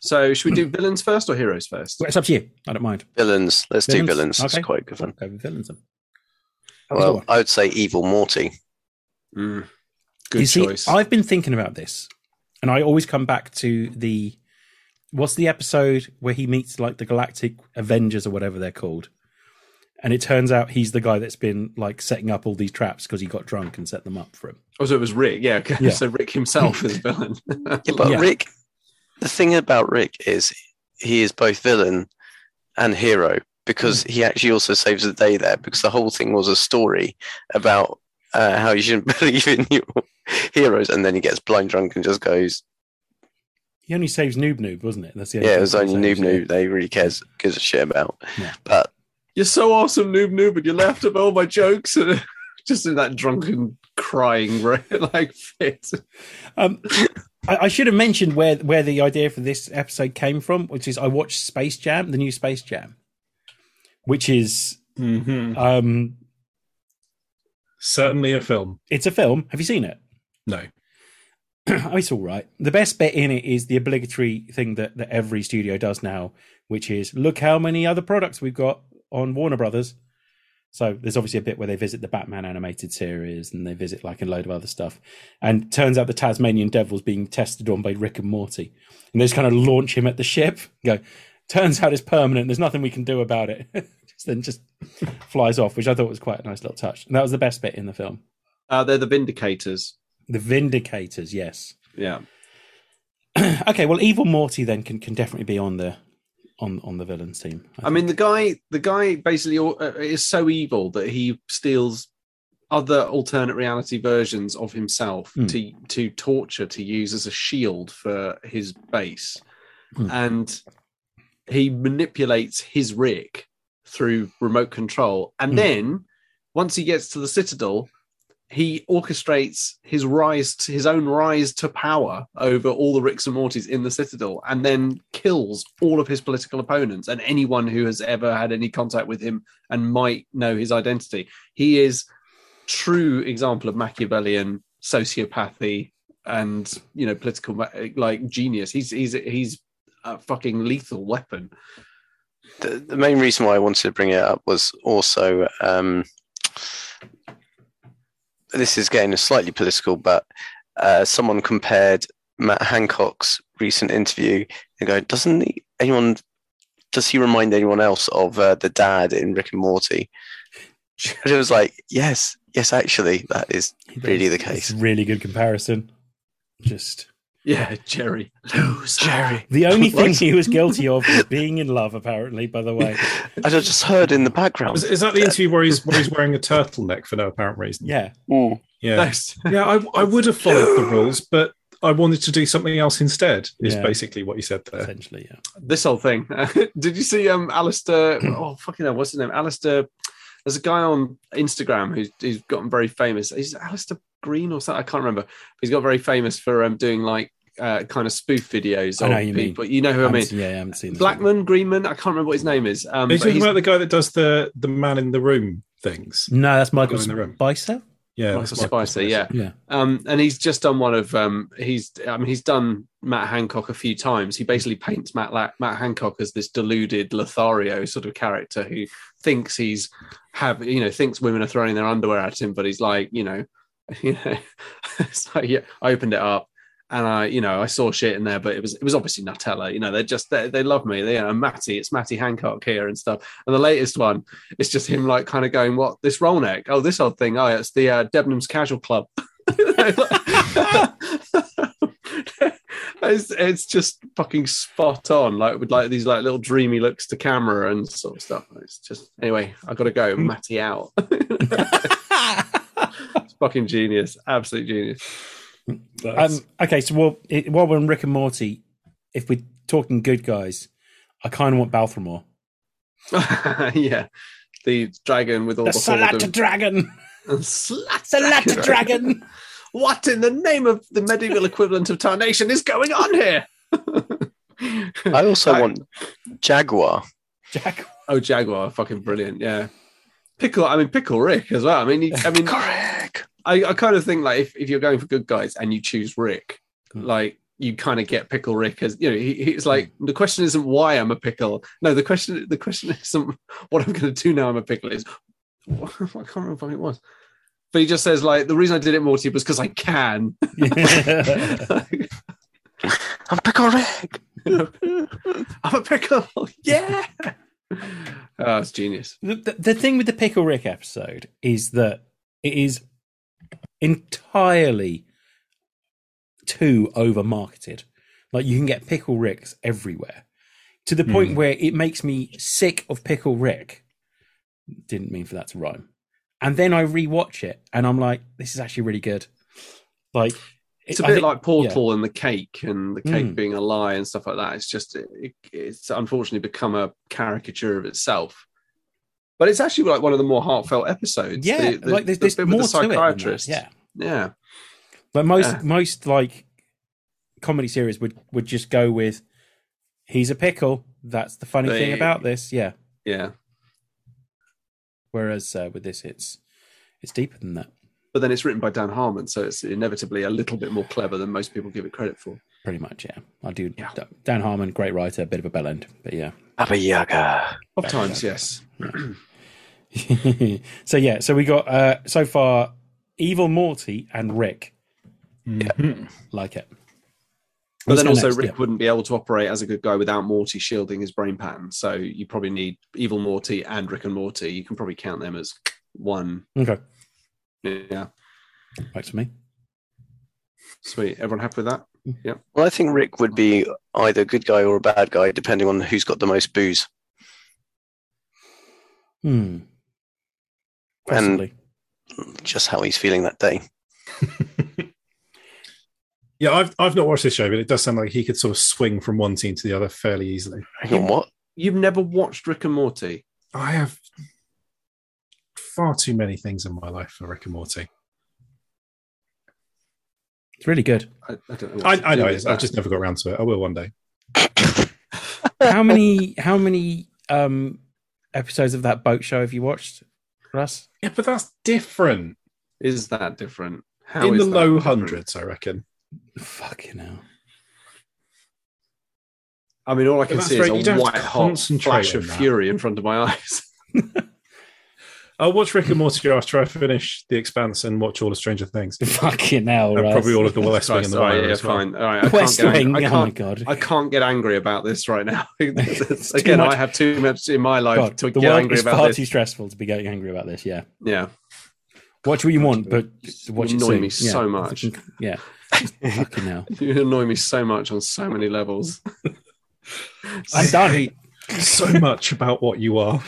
[SPEAKER 3] So should we do villains first or heroes first?
[SPEAKER 1] Well, it's up to you. I don't mind.
[SPEAKER 4] Villains. Let's do villains. That's
[SPEAKER 1] Okay.
[SPEAKER 4] quite a good one.
[SPEAKER 1] Go with villains. then. That was a good
[SPEAKER 4] Well,
[SPEAKER 1] one.
[SPEAKER 4] I would say Evil Morty.
[SPEAKER 3] Mm, Good
[SPEAKER 1] you see,
[SPEAKER 3] choice.
[SPEAKER 1] I've been thinking about this, and I always come back to the what's the episode where he meets like the Galactic Avengers or whatever they're called, and it turns out he's the guy that's been like setting up all these traps because he got drunk and set them up for him.
[SPEAKER 3] Oh, so it was Rick. Yeah. Okay.
[SPEAKER 1] Yeah.
[SPEAKER 3] So Rick himself is villain.
[SPEAKER 4] Yeah, but
[SPEAKER 1] Yeah.
[SPEAKER 4] Rick, the thing about Rick is he is both villain and hero because
[SPEAKER 1] Hmm.
[SPEAKER 4] he actually also saves the day there because the whole thing was a story about uh, how you shouldn't believe in your heroes and then he gets blind drunk and just goes,
[SPEAKER 1] He only saves Noob Noob, wasn't it? That's the only
[SPEAKER 4] yeah,
[SPEAKER 1] thing
[SPEAKER 4] it was
[SPEAKER 1] he
[SPEAKER 4] only Noob
[SPEAKER 1] saves, yeah.
[SPEAKER 4] Noob that he really cares, gives a shit about.
[SPEAKER 1] Yeah.
[SPEAKER 4] But
[SPEAKER 3] You're so awesome, noob noob, and you laughed at all my jokes. And just in that drunken crying like fit.
[SPEAKER 1] Um, I, I should have mentioned where where the idea for this episode came from, which is I watched Space Jam, the new Space Jam, which is
[SPEAKER 2] hmm
[SPEAKER 1] um,
[SPEAKER 2] certainly a film.
[SPEAKER 1] it's a film. Have you seen it?
[SPEAKER 2] No,
[SPEAKER 1] Oh, it's all right. The best bit in it is the obligatory thing that, that every studio does now, which is look how many other products we've got on Warner Brothers. So there's obviously a bit where they visit the Batman animated series and they visit like a load of other stuff. And turns out the Tasmanian Devil's being tested on by Rick and Morty. And they just kind of launch him at the ship. Go, turns out it's permanent. There's nothing we can do about it. just then just flies off, which I thought was quite a nice little touch. And that was the best bit in the film.
[SPEAKER 3] Uh, they're the Vindicators.
[SPEAKER 1] The Vindicators, yes.
[SPEAKER 3] Yeah.
[SPEAKER 1] okay, well, Evil Morty then can, can definitely be on the on on the villains team.
[SPEAKER 3] I mean, the guy, the guy basically uh, is so evil that he steals other alternate reality versions of himself
[SPEAKER 1] Hmm.
[SPEAKER 3] to to torture to use as a shield for his base,
[SPEAKER 1] Hmm.
[SPEAKER 3] and he manipulates his Rick through remote control, and
[SPEAKER 1] Hmm.
[SPEAKER 3] then once he gets to the Citadel, he orchestrates his rise to his own rise to power over all the Ricks and Mortys in the Citadel and then kills all of his political opponents and anyone who has ever had any contact with him and might know his identity. He is true example of Machiavellian sociopathy and you know political ma- like genius. He's he's he's a fucking lethal weapon.
[SPEAKER 4] the, the main reason why I wanted to bring it up was also um, this is getting slightly political, but uh, someone compared Matt Hancock's recent interview and go, doesn't he, anyone, does he remind anyone else of uh, the dad in Rick and Morty? And it was like, yes, yes, actually, that is really the
[SPEAKER 1] It's
[SPEAKER 4] case.
[SPEAKER 1] a really good comparison. Just
[SPEAKER 3] Yeah, Jerry. Lose Jerry.
[SPEAKER 1] the only thing
[SPEAKER 3] What?
[SPEAKER 1] he was guilty of was being in love, apparently, by the way.
[SPEAKER 4] As I just heard in the background.
[SPEAKER 2] Is, is that the interview where he's, where he's wearing a turtleneck for no apparent reason?
[SPEAKER 1] Yeah.
[SPEAKER 4] Mm.
[SPEAKER 2] Yeah. yeah, I, I would have followed the rules, but I wanted to do something else instead, is
[SPEAKER 1] Yeah.
[SPEAKER 2] basically what you said there.
[SPEAKER 1] Essentially, yeah.
[SPEAKER 3] this whole thing. Did you see um Alistair? oh fucking hell, what's his name? Alistair. There's a guy on Instagram who's who's gotten very famous. He's Alistair Green or something. I can't remember. He's got very famous for um doing like uh, kind of spoof videos
[SPEAKER 1] I know
[SPEAKER 3] of
[SPEAKER 1] you mean.
[SPEAKER 3] people. You know who I
[SPEAKER 1] haven't
[SPEAKER 3] mean?
[SPEAKER 1] seen- yeah, I haven't seen this one.
[SPEAKER 3] Blackman, Greenman. I can't remember what his name is. Um,
[SPEAKER 2] Are you
[SPEAKER 3] but
[SPEAKER 2] talking
[SPEAKER 3] he's-
[SPEAKER 2] about the guy that does the, the man in the room things?
[SPEAKER 1] No, that's Michael
[SPEAKER 2] Go in the room.
[SPEAKER 1] Spicer.
[SPEAKER 2] Yeah.
[SPEAKER 3] Michael
[SPEAKER 2] that's
[SPEAKER 3] Spicer, yeah.
[SPEAKER 1] Yeah.
[SPEAKER 3] Um, and he's just done one of um, he's I mean he's done Matt Hancock a few times. He basically paints Matt La- Matt Hancock as this deluded Lothario sort of character who thinks he's have you know thinks women are throwing their underwear at him, but he's like you know you know it's like yeah I opened it up and I you know I saw shit in there, but it was it was obviously Nutella. You know they're just they, they love me. They you know Matty it's Matty Hancock here and stuff. And the latest one it's just him like kind of going what this roll neck oh this old thing oh it's the uh, Debenhams Casual Club. it's, it's just fucking spot on, like with like these like little dreamy looks to camera and sort of stuff. It's just anyway, I gotta go, Matty out. it's fucking genius, absolute genius.
[SPEAKER 2] That's-
[SPEAKER 1] Um, okay, so while, it- while we're on Rick and Morty, if we're talking good guys, I kind of want Balthamore.
[SPEAKER 3] yeah, the dragon with all the,
[SPEAKER 1] The
[SPEAKER 3] sword
[SPEAKER 1] Salata
[SPEAKER 3] and,
[SPEAKER 1] Dragon!
[SPEAKER 3] and slat
[SPEAKER 1] Salata Dragon!
[SPEAKER 3] What in the name of the medieval equivalent of tarnation is going on here?
[SPEAKER 4] I also
[SPEAKER 3] I-
[SPEAKER 4] want Jaguar.
[SPEAKER 1] Jack.
[SPEAKER 3] Oh, Jaguar, fucking brilliant. Yeah. Pickle, I mean, Pickle Rick as well. I mean, he, I mean,
[SPEAKER 4] Correct.
[SPEAKER 3] I, I kind of think like if, if you're going for good guys and you choose Rick,
[SPEAKER 1] Hmm.
[SPEAKER 3] like you kind of get Pickle Rick as you know. He, he's like the question isn't why I'm a pickle. No, the question the question isn't what I'm going to do now. I'm a pickle. Is I can't remember what it was, but he just says like the reason I did it, Morty, was because I can.
[SPEAKER 4] I'm Picorek.
[SPEAKER 3] I'm a pickle. Yeah. Oh, it's genius.
[SPEAKER 1] the, the- the thing with the Pickle Rick episode is that it is entirely too over marketed. Like you can get Pickle Ricks everywhere to the
[SPEAKER 3] Hmm.
[SPEAKER 1] point where it makes me sick of Pickle Rick. Didn't mean for that to rhyme. And then I rewatch it and I'm like, this is actually really good. Like,
[SPEAKER 3] It's a
[SPEAKER 1] I
[SPEAKER 3] bit
[SPEAKER 1] think-
[SPEAKER 3] like Portal and the cake, and the cake
[SPEAKER 1] Mm.
[SPEAKER 3] being a lie and stuff like that. It's just it, it's unfortunately become a caricature of itself. But it's actually like one of the more heartfelt episodes.
[SPEAKER 1] yeah,
[SPEAKER 3] the, the-
[SPEAKER 1] like there's,
[SPEAKER 3] the
[SPEAKER 1] there's
[SPEAKER 3] bit with
[SPEAKER 1] more
[SPEAKER 3] the
[SPEAKER 1] to it. than that.
[SPEAKER 3] psychiatrist.
[SPEAKER 1] Yeah.
[SPEAKER 3] yeah.
[SPEAKER 1] But most
[SPEAKER 3] Yeah.
[SPEAKER 1] most like comedy series would would just go with he's a pickle. That's the funny thing
[SPEAKER 3] They-
[SPEAKER 1] about this. Yeah.
[SPEAKER 3] yeah.
[SPEAKER 1] Whereas uh, with this, it's it's deeper than that,
[SPEAKER 3] But then it's written by Dan Harmon, so it's inevitably a little bit more clever than most people give it credit for.
[SPEAKER 1] pretty much. Yeah, I do.
[SPEAKER 3] Yeah.
[SPEAKER 1] Dan Harmon, great writer, bit of a bell end, but yeah.
[SPEAKER 4] Abba Yaga.
[SPEAKER 3] Of times, yes.
[SPEAKER 1] so yeah, so we got uh, so far evil Morty and Rick.
[SPEAKER 2] Mhm.
[SPEAKER 1] Like it.
[SPEAKER 3] But
[SPEAKER 1] Let's
[SPEAKER 3] then
[SPEAKER 1] go
[SPEAKER 3] also,
[SPEAKER 1] next,
[SPEAKER 3] Rick
[SPEAKER 1] yeah.
[SPEAKER 3] wouldn't be able to operate as a good guy without Morty shielding his brain pattern. So you probably need Evil Morty and Rick and Morty. You can probably count them as one.
[SPEAKER 1] Okay,
[SPEAKER 3] Yeah.
[SPEAKER 1] back to me.
[SPEAKER 3] Sweet. Everyone happy with that?
[SPEAKER 4] Well, I think Rick would be either a good guy or a bad guy, depending on who's got the most booze.
[SPEAKER 1] Hmm. Possibly.
[SPEAKER 4] just how he's feeling that day.
[SPEAKER 2] Yeah, I've, I've not watched this show, but it does sound like he could sort of swing from one scene to the other fairly easily.
[SPEAKER 4] Hang on, what?
[SPEAKER 3] You've never watched Rick and Morty?
[SPEAKER 2] I have far too many things in my life for Rick and Morty.
[SPEAKER 1] It's really good.
[SPEAKER 3] I, I don't know. what to
[SPEAKER 2] I, I
[SPEAKER 3] do
[SPEAKER 2] know
[SPEAKER 3] with
[SPEAKER 2] it is.
[SPEAKER 3] that.
[SPEAKER 2] I've just never got around to it. I will one day.
[SPEAKER 1] How many how many um episodes of that boat show have you watched, Russ?
[SPEAKER 2] Yeah, but that's different.
[SPEAKER 3] is that different? How
[SPEAKER 2] In
[SPEAKER 3] is
[SPEAKER 2] the
[SPEAKER 3] that
[SPEAKER 2] low
[SPEAKER 3] different?
[SPEAKER 2] hundreds, I reckon.
[SPEAKER 1] Fucking hell.
[SPEAKER 3] I mean, all I
[SPEAKER 2] But
[SPEAKER 3] can
[SPEAKER 2] that's
[SPEAKER 3] see
[SPEAKER 2] right, you
[SPEAKER 3] is
[SPEAKER 2] don't
[SPEAKER 3] a
[SPEAKER 2] have to
[SPEAKER 3] white hot
[SPEAKER 2] concentrate
[SPEAKER 3] flash
[SPEAKER 2] on
[SPEAKER 3] of
[SPEAKER 2] that.
[SPEAKER 3] fury in front of my eyes.
[SPEAKER 2] I'll watch Rick and Morty after I finish The Expanse and watch all of Stranger Things.
[SPEAKER 1] Fucking hell,
[SPEAKER 2] And
[SPEAKER 1] Russ.
[SPEAKER 2] probably all of the West Wing
[SPEAKER 3] Christ,
[SPEAKER 2] and the
[SPEAKER 3] all right,
[SPEAKER 2] Wire
[SPEAKER 3] yeah,
[SPEAKER 2] as well. um,
[SPEAKER 3] fine. All right, I
[SPEAKER 1] West
[SPEAKER 3] can't get, ang-
[SPEAKER 1] Wing.
[SPEAKER 3] I
[SPEAKER 1] Oh my
[SPEAKER 3] can't,
[SPEAKER 1] god.
[SPEAKER 3] I can't get angry about this right now.
[SPEAKER 1] It's too
[SPEAKER 3] Again,
[SPEAKER 1] much-
[SPEAKER 3] I have too much in my life
[SPEAKER 1] God,
[SPEAKER 3] to
[SPEAKER 1] the
[SPEAKER 3] get
[SPEAKER 1] world
[SPEAKER 3] angry
[SPEAKER 1] is
[SPEAKER 3] about
[SPEAKER 1] far
[SPEAKER 3] this.
[SPEAKER 1] too stressful to be getting angry about this. Yeah,
[SPEAKER 3] Yeah,
[SPEAKER 1] watch what you want, but
[SPEAKER 3] You
[SPEAKER 1] watch it
[SPEAKER 3] annoy
[SPEAKER 1] soon.
[SPEAKER 3] me
[SPEAKER 1] yeah.
[SPEAKER 3] so much.
[SPEAKER 1] Yeah, fucking hell.
[SPEAKER 3] you annoy me so much on so many levels.
[SPEAKER 1] I'm done.
[SPEAKER 2] hate so much about what you are.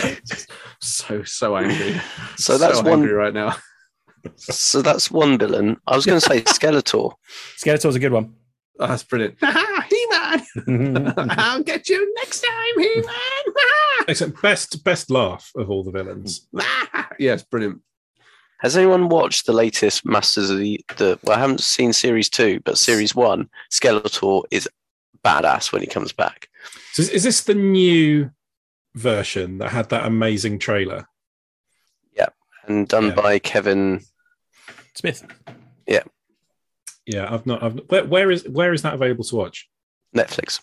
[SPEAKER 3] so so angry.
[SPEAKER 4] So that's one-
[SPEAKER 3] angry right now.
[SPEAKER 4] so that's one villain. I was going to say Skeletor.
[SPEAKER 1] Skeletor's a good one.
[SPEAKER 3] Oh, that's brilliant. he man, I'll get you next time, He man.
[SPEAKER 2] Except best best laugh of all the villains.
[SPEAKER 3] yes, brilliant.
[SPEAKER 4] Has anyone watched the latest Masters of the, the? Well, I haven't seen series two, but series one. Skeletor is badass when he comes back.
[SPEAKER 2] So is, is this the new version that had that amazing trailer?
[SPEAKER 4] and done
[SPEAKER 2] Yeah.
[SPEAKER 4] by Kevin.
[SPEAKER 1] Smith.
[SPEAKER 2] Yeah, I've not. I've, where, where is where is that available to watch?
[SPEAKER 4] Netflix.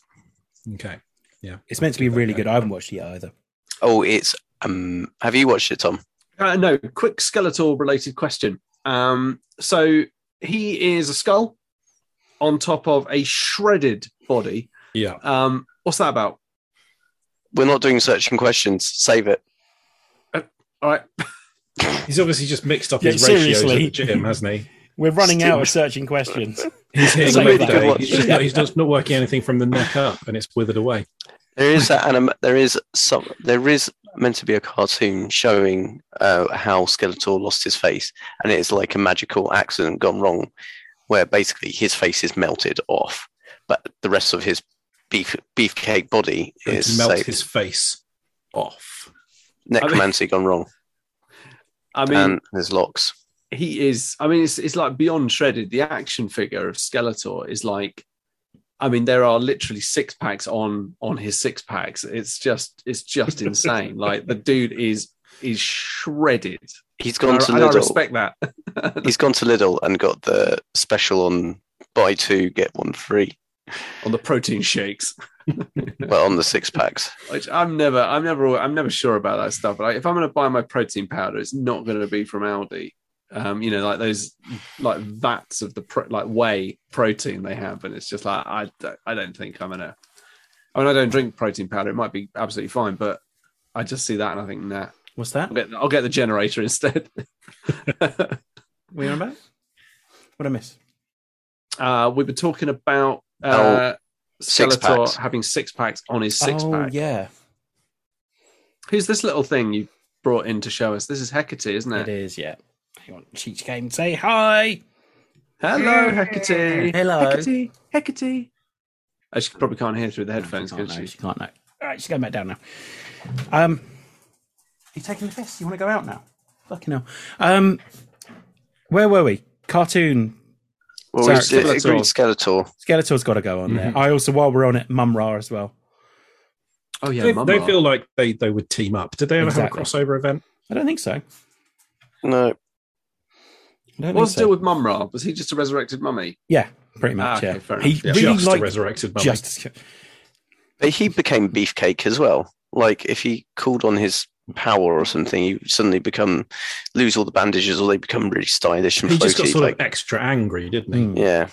[SPEAKER 2] Okay,
[SPEAKER 1] It's meant to be really good. I haven't watched it yet either.
[SPEAKER 4] Oh, it's um. Have you watched it, Tom?
[SPEAKER 3] Uh, no, quick skeletal related question. Um, so he is a skull on top of a shredded body.
[SPEAKER 2] yeah.
[SPEAKER 3] Um, what's that about?
[SPEAKER 4] We're not doing searching questions. Save it.
[SPEAKER 3] All right,
[SPEAKER 2] He's obviously just mixed up
[SPEAKER 1] Yeah,
[SPEAKER 2] his ratios
[SPEAKER 1] seriously.
[SPEAKER 2] at the gym, hasn't he?
[SPEAKER 1] We're running
[SPEAKER 4] Still-
[SPEAKER 1] out of searching questions.
[SPEAKER 2] He's hitting
[SPEAKER 4] It's a
[SPEAKER 2] leg
[SPEAKER 4] really good
[SPEAKER 2] day.
[SPEAKER 4] watch.
[SPEAKER 2] He's, just not, he's just not working anything from the neck up, and it's withered away.
[SPEAKER 4] There is that anim- There is some. There is meant to be a cartoon showing uh, how Skeletor lost his face, and it's like a magical accident gone wrong, where basically his face is melted off, but the rest of his beef beefcake body
[SPEAKER 2] It
[SPEAKER 4] is
[SPEAKER 2] melts
[SPEAKER 4] saved.
[SPEAKER 2] his face off.
[SPEAKER 4] necromancy gone wrong,
[SPEAKER 3] I mean,
[SPEAKER 4] and his locks.
[SPEAKER 3] he is i mean it's, it's like beyond shredded the action figure of skeletor is like i mean there are literally six packs on on his six packs it's just it's just insane like the dude is is shredded
[SPEAKER 4] He's gone
[SPEAKER 3] and I,
[SPEAKER 4] to
[SPEAKER 3] and I
[SPEAKER 4] Lidl.
[SPEAKER 3] respect that
[SPEAKER 4] He's gone to Lidl and got the special on buy two get one free.
[SPEAKER 3] on the protein shakes
[SPEAKER 4] Well, on the six packs.
[SPEAKER 3] which i'm never i'm never i'm never sure about that stuff like if i'm going to buy my protein powder it's not going to be from aldi um, you know, like those, like vats of the pro- like whey protein they have, and it's just like I, don't- I don't think I'm gonna. I mean, I don't drink protein powder. It might be absolutely fine, but I just see that and I think, nah,
[SPEAKER 1] What's that?
[SPEAKER 3] I'll get, I'll get the generator instead.
[SPEAKER 1] We on about? What I miss?
[SPEAKER 3] uh, we were talking about uh,
[SPEAKER 4] Oh, six
[SPEAKER 3] Skeletor
[SPEAKER 4] packs.
[SPEAKER 3] having six packs on his six
[SPEAKER 1] oh
[SPEAKER 3] pack.
[SPEAKER 1] yeah,
[SPEAKER 3] Who's this little thing you brought in to show us? This is Hecate, isn't
[SPEAKER 1] it
[SPEAKER 3] it?
[SPEAKER 1] is. Yeah. Hang on, Cheech came. Say hi.
[SPEAKER 3] Hello, Hecate.
[SPEAKER 1] Hello.
[SPEAKER 3] Hecate. Hecate. Oh, she probably can't hear through the headphones,
[SPEAKER 1] she can't
[SPEAKER 3] can
[SPEAKER 1] know.
[SPEAKER 3] she?
[SPEAKER 1] She can't know. All right, she's going back down now. Um, you taking the piss? You want to go out now? Fucking hell. Um, where were we? Cartoon
[SPEAKER 4] Well,
[SPEAKER 1] Sorry,
[SPEAKER 4] we did-
[SPEAKER 3] Skeletor.
[SPEAKER 4] agreed Skeletor.
[SPEAKER 1] Skeletor's got to go on
[SPEAKER 3] Mm-hmm.
[SPEAKER 1] there. I also, while we're on it, Mum Ra as well.
[SPEAKER 3] Oh yeah,
[SPEAKER 2] they,
[SPEAKER 3] Mum
[SPEAKER 2] they
[SPEAKER 3] Ra.
[SPEAKER 2] feel like they, they would team up. Did they ever
[SPEAKER 1] Exactly.
[SPEAKER 2] have a crossover event?
[SPEAKER 1] I don't think so. I
[SPEAKER 4] No,
[SPEAKER 1] don't think
[SPEAKER 3] What's the
[SPEAKER 1] so.
[SPEAKER 3] deal with Mum Ra? Was he just a resurrected mummy?
[SPEAKER 1] yeah, pretty much.
[SPEAKER 3] Ah, okay,
[SPEAKER 1] yeah.
[SPEAKER 3] fair
[SPEAKER 1] He
[SPEAKER 3] enough, yeah.
[SPEAKER 1] really
[SPEAKER 2] just a
[SPEAKER 1] liked
[SPEAKER 2] resurrected mummy.
[SPEAKER 1] just
[SPEAKER 4] but he became Beefcake as well. Like if he called on his power or something, he would suddenly become lose all the bandages, or they become really stylish and
[SPEAKER 2] he just got
[SPEAKER 4] floaty.
[SPEAKER 2] sort
[SPEAKER 4] Like,
[SPEAKER 2] of extra angry, didn't he?
[SPEAKER 1] Mm.
[SPEAKER 4] yeah,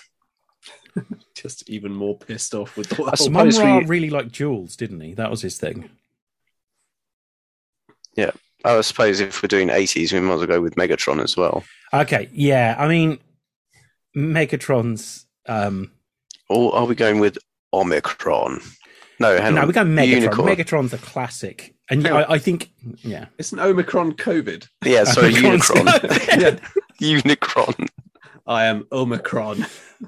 [SPEAKER 3] Just even more pissed off with the
[SPEAKER 4] I
[SPEAKER 3] world.
[SPEAKER 4] suppose
[SPEAKER 1] Mum Ra
[SPEAKER 4] we-
[SPEAKER 1] really liked jewels, didn't he? That was his thing.
[SPEAKER 4] I suppose if we're doing eighties, we might as well go with Megatron as well,
[SPEAKER 1] Okay, yeah. I mean, Megatron's. Um,
[SPEAKER 4] or are we going with Omicron? No, hang
[SPEAKER 1] no,
[SPEAKER 4] on.
[SPEAKER 1] we go Megatron.
[SPEAKER 4] Unicorn.
[SPEAKER 1] Megatron's a classic, and
[SPEAKER 3] Hang on.
[SPEAKER 1] I, I think, yeah.
[SPEAKER 3] It's an Omicron COVID.
[SPEAKER 4] yeah, sorry, Unicron.
[SPEAKER 3] Yeah,
[SPEAKER 4] Unicron.
[SPEAKER 3] I am Omicron.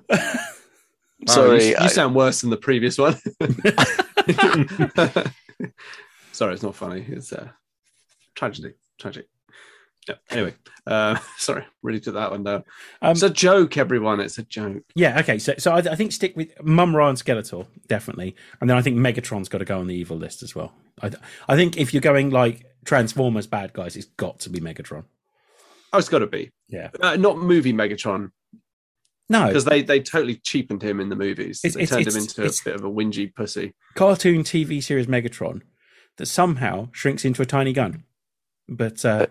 [SPEAKER 4] Sorry,
[SPEAKER 3] you, you
[SPEAKER 4] I-
[SPEAKER 3] sound worse than the previous one. Sorry, it's not funny. It's uh, tragedy. Tragic. Yeah. Anyway, uh, sorry, really took that one down.
[SPEAKER 1] Um,
[SPEAKER 3] it's a joke, everyone. It's a joke.
[SPEAKER 1] Yeah, okay. So, so I, I think stick with Mumra and Skeletor definitely, and then I think Megatron's got to go on the evil list as well. I, I think if you're going like Transformers bad guys, it's got to be Megatron.
[SPEAKER 3] Oh, it's got to be.
[SPEAKER 1] Yeah.
[SPEAKER 3] Uh, not movie Megatron
[SPEAKER 1] No,
[SPEAKER 3] because they they totally cheapened him in the movies.
[SPEAKER 1] It's-
[SPEAKER 3] they
[SPEAKER 1] it's-
[SPEAKER 3] turned him
[SPEAKER 1] it's-
[SPEAKER 3] into
[SPEAKER 1] it's-
[SPEAKER 3] a bit of a whingy pussy.
[SPEAKER 1] cartoon TV series Megatron that somehow shrinks into a tiny gun. But uh,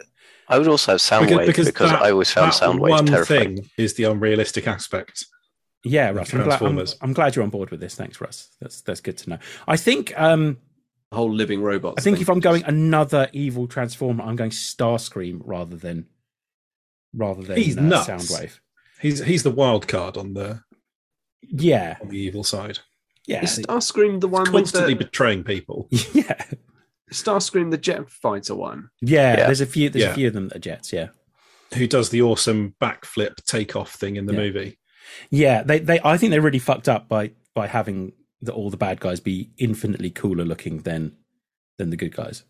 [SPEAKER 4] I would also have Soundwave because,
[SPEAKER 2] that-
[SPEAKER 4] I always found
[SPEAKER 2] that
[SPEAKER 4] Soundwave
[SPEAKER 2] one
[SPEAKER 4] terrifying.
[SPEAKER 2] thing is the unrealistic aspect.
[SPEAKER 1] yeah, Russ, I'm glad, I'm,
[SPEAKER 2] Transformers.
[SPEAKER 1] I'm glad you're on board with this. Thanks, Russ. That's that's good to know. I think um,
[SPEAKER 3] The whole living robot.
[SPEAKER 1] I think if I'm going another evil Transformer, I'm going Starscream rather than rather than
[SPEAKER 2] He's
[SPEAKER 1] uh,
[SPEAKER 2] nuts.
[SPEAKER 1] Soundwave.
[SPEAKER 2] He's he's the wild card on the
[SPEAKER 1] Yeah,
[SPEAKER 2] on the evil side.
[SPEAKER 1] yeah,
[SPEAKER 3] is Starscream the one with
[SPEAKER 2] Constantly
[SPEAKER 3] the
[SPEAKER 2] betraying people.
[SPEAKER 1] yeah.
[SPEAKER 3] Starscream the jet fighter one?
[SPEAKER 1] Yeah,
[SPEAKER 4] Yeah.
[SPEAKER 1] there's a few. There's a
[SPEAKER 2] Yeah.
[SPEAKER 1] few of them that are jets. Yeah,
[SPEAKER 2] Who does the awesome backflip takeoff thing in the
[SPEAKER 1] Yeah.
[SPEAKER 2] movie?
[SPEAKER 1] yeah. They, they. I think they're really fucked up by by having the, all the bad guys be infinitely cooler looking than than the good guys.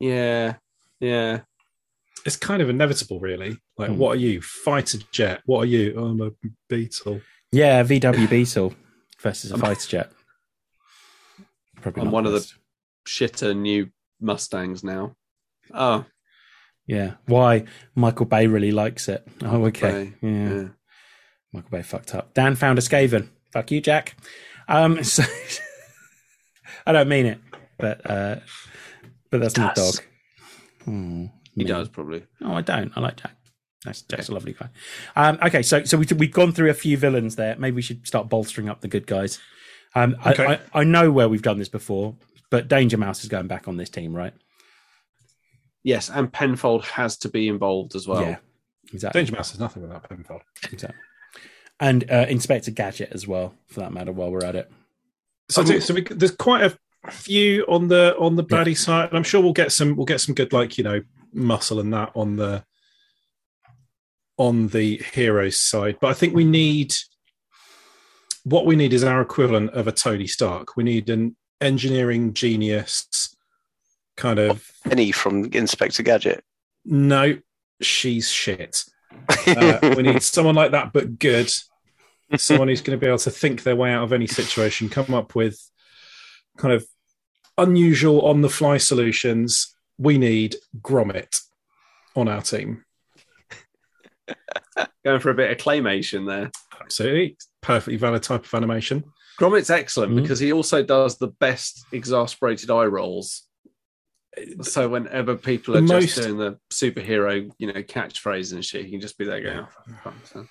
[SPEAKER 3] Yeah, yeah.
[SPEAKER 2] It's kind of inevitable, really. Like,
[SPEAKER 1] Hmm.
[SPEAKER 2] what are you? Fighter jet. What are you? Oh, I'm a beetle.
[SPEAKER 1] Yeah, VW Beetle versus a fighter jet. Probably
[SPEAKER 3] I'm
[SPEAKER 1] not
[SPEAKER 3] one of the-
[SPEAKER 1] best.
[SPEAKER 3] Shitter new Mustangs now. Oh,
[SPEAKER 1] Yeah. Why Michael Bay really likes it? Oh, okay.
[SPEAKER 3] Bay,
[SPEAKER 1] Yeah.
[SPEAKER 3] yeah.
[SPEAKER 1] Michael Bay fucked up. Dan found a Skaven. Fuck you, Jack. Um, so I don't mean it, but uh, but that's my
[SPEAKER 3] does.
[SPEAKER 1] dog. Hmm,
[SPEAKER 3] he
[SPEAKER 1] mean.
[SPEAKER 3] does probably.
[SPEAKER 1] No, I don't. I like Jack. That's Jack's a lovely guy. Um, okay, so so we, we've gone through a few villains there. Maybe we should start bolstering up the good guys. Um, I-
[SPEAKER 2] Okay.
[SPEAKER 1] I, I, know where we've done this before, but Danger Mouse is going back on this team, right?
[SPEAKER 3] Yes, and Penfold has to be involved as well.
[SPEAKER 1] yeah, exactly.
[SPEAKER 2] Danger Mouse is nothing without Penfold.
[SPEAKER 1] exactly. And uh, Inspector Gadget as well, for that matter. While we're at it,
[SPEAKER 2] So,
[SPEAKER 3] Um,
[SPEAKER 2] do- so we, there's quite a few on the on the baddie side, and I'm sure we'll get some we'll get some good like you know muscle and that on the on the heroes side. But I think we need what we need is our equivalent of a Tony Stark. We need an engineering genius kind of
[SPEAKER 4] Penny from Inspector Gadget.
[SPEAKER 2] no, she's shit. Uh, we need someone like that, but good. Someone who's going to be able to think their way out of any situation, come up with kind of unusual on the fly solutions. We need Gromit on our team.
[SPEAKER 3] Going for a bit of claymation there.
[SPEAKER 2] Absolutely. Perfectly valid type of animation.
[SPEAKER 3] Gromit's excellent
[SPEAKER 1] Mhm.
[SPEAKER 3] because he also does the best exasperated eye rolls. So whenever people
[SPEAKER 2] The
[SPEAKER 3] are
[SPEAKER 2] most-
[SPEAKER 3] just doing the superhero, you know, catchphrase and shit, you can just be there going, oh, for fuck's sake."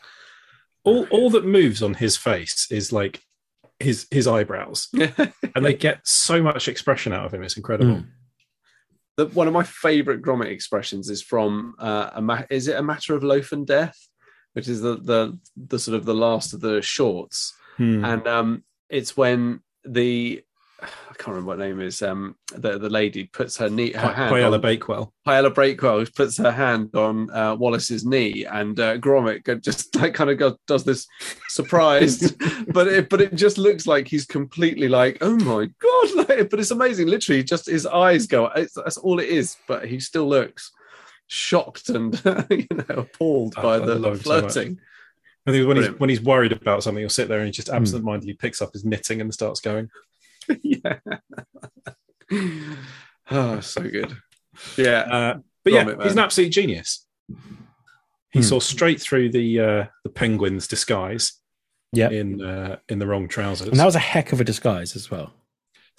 [SPEAKER 2] All, all that moves on his face is like his his eyebrows, and they get so much expression out of him. It's incredible.
[SPEAKER 3] The- one of my favorite Gromit expressions is from uh, a ma- is it a matter of loaf and death, which is the the the sort of the last of the shorts.
[SPEAKER 2] Hmm.
[SPEAKER 3] and um, it's when the I can't remember what her name is. Um, the the lady puts her knee, her hand.
[SPEAKER 2] Paella
[SPEAKER 3] on-
[SPEAKER 2] Bakewell.
[SPEAKER 3] Paella Breakwell puts her hand on uh, Wallace's knee, and uh, Gromit go- just like kind of go, does this surprised, but it but it just looks like he's completely like, oh my god! Like, but it's amazing. Literally, just his eyes go. It's, that's all it is. But he still looks shocked and you know appalled
[SPEAKER 2] I-
[SPEAKER 3] by
[SPEAKER 2] I
[SPEAKER 3] the
[SPEAKER 2] love him so much.
[SPEAKER 3] flirting.
[SPEAKER 2] I think when he's
[SPEAKER 3] Brilliant.
[SPEAKER 2] when he's worried about something, he'll sit there and he just
[SPEAKER 1] Hmm.
[SPEAKER 2] absentmindedly picks up his knitting and starts going.
[SPEAKER 3] yeah. oh, so good. Yeah.
[SPEAKER 2] Uh, but
[SPEAKER 3] Gromit,
[SPEAKER 2] yeah, he's an
[SPEAKER 3] man.
[SPEAKER 2] absolute genius. He
[SPEAKER 1] Hmm.
[SPEAKER 2] saw straight through the uh, the penguin's disguise
[SPEAKER 1] yeah,
[SPEAKER 2] in uh, in the wrong trousers.
[SPEAKER 1] and that was a heck of a disguise as well.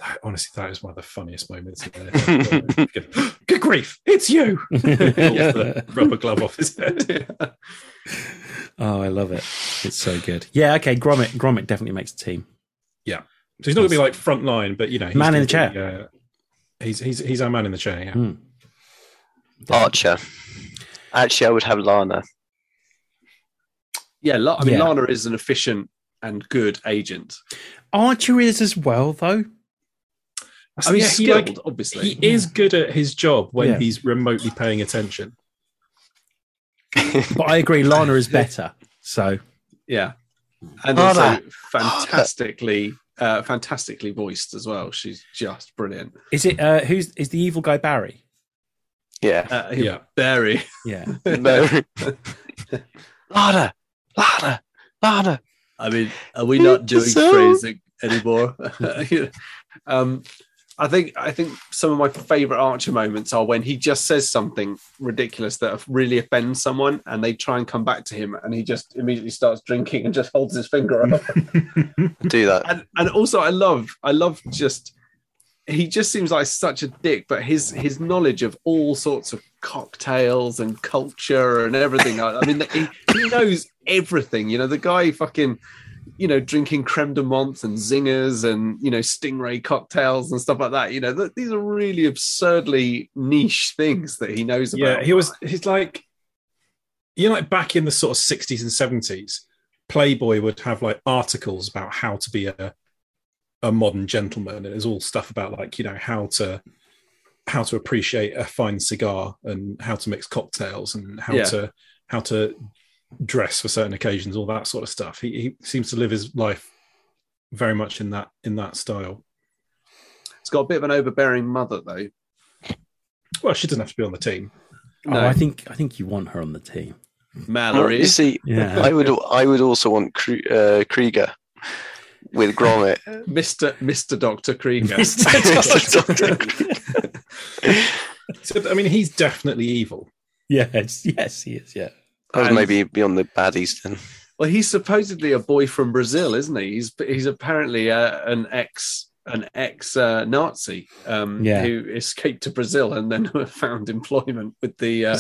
[SPEAKER 2] That- honestly, that is one of the funniest moments. In there. Good grief, it's you! Pulls the rubber glove off his head.
[SPEAKER 1] Oh, I love it. It's so good. Yeah, okay. Gromit, Gromit definitely makes the team.
[SPEAKER 2] So he's not going to be like front line, but you know, he's
[SPEAKER 1] Man in
[SPEAKER 2] gonna
[SPEAKER 1] the
[SPEAKER 2] be, uh, he's he's he's our man in the chair. Yeah.
[SPEAKER 1] Hmm.
[SPEAKER 4] Archer. Actually, I would have Lana.
[SPEAKER 3] Yeah. La- I mean,
[SPEAKER 1] Yeah.
[SPEAKER 3] Lana is an efficient and good agent.
[SPEAKER 1] Archer is as well, though.
[SPEAKER 2] That's-
[SPEAKER 3] I mean,
[SPEAKER 2] yeah, he,
[SPEAKER 3] skilled,
[SPEAKER 2] like,
[SPEAKER 3] obviously.
[SPEAKER 2] he is good at his job when
[SPEAKER 1] Yeah.
[SPEAKER 2] he's remotely paying attention.
[SPEAKER 1] But I agree, Lana is better. So
[SPEAKER 3] yeah. And
[SPEAKER 4] Lana.
[SPEAKER 3] also fantastically, uh, fantastically voiced as well. She's just brilliant.
[SPEAKER 1] is it? Uh, who's is the evil guy? Barry.
[SPEAKER 4] Yeah.
[SPEAKER 3] Uh,
[SPEAKER 2] Yeah.
[SPEAKER 3] Barry.
[SPEAKER 1] Yeah.
[SPEAKER 4] Lana, Lana, Lana.
[SPEAKER 3] I mean, are we not doing
[SPEAKER 4] So-
[SPEAKER 3] phrasing anymore? um, I think I think some of my favorite Archer moments are when he just says something ridiculous that really offends someone, and they try and come back to him, and he just immediately starts drinking and just holds his finger up.
[SPEAKER 4] Do that.
[SPEAKER 3] and and also, I love I love just he just seems like such a dick, but his his knowledge of all sorts of cocktails and culture and everything. I, I mean, he, he knows everything. You know, the guy fucking you know, drinking creme de menthe and zingers and, you know, stingray cocktails and stuff like that. You know, th- these are really absurdly niche things that he knows about.
[SPEAKER 2] Yeah, he was. He's like, you know, like back in the sort of sixties and seventies, Playboy would have like articles about how to be a a modern gentleman, and it was all stuff about like you know how to how to appreciate a fine cigar and how to mix cocktails and how
[SPEAKER 3] Yeah.
[SPEAKER 2] to how to dress for certain occasions, all that sort of stuff. He, he seems to live his life very much in that in that style.
[SPEAKER 3] It's got a bit of an overbearing mother, though.
[SPEAKER 2] Well, she doesn't have to be on the team.
[SPEAKER 3] No.
[SPEAKER 1] Oh, I think I think you want her on the team.
[SPEAKER 3] Mallory.
[SPEAKER 4] You see,
[SPEAKER 1] Yeah.
[SPEAKER 4] I would I would also want Kru- uh, Krieger with Gromit.
[SPEAKER 3] Mr. Mr. Dr. Krieger.
[SPEAKER 2] So, I mean, he's definitely evil.
[SPEAKER 1] yes, yes, he is. Yeah.
[SPEAKER 4] I would
[SPEAKER 3] And-
[SPEAKER 4] maybe be on the baddies then.
[SPEAKER 3] Well, he's supposedly a boy from Brazil, isn't he? He's he's apparently uh, an ex an ex uh, Nazi um,
[SPEAKER 1] Yeah.
[SPEAKER 3] who escaped to Brazil and then found employment with the uh,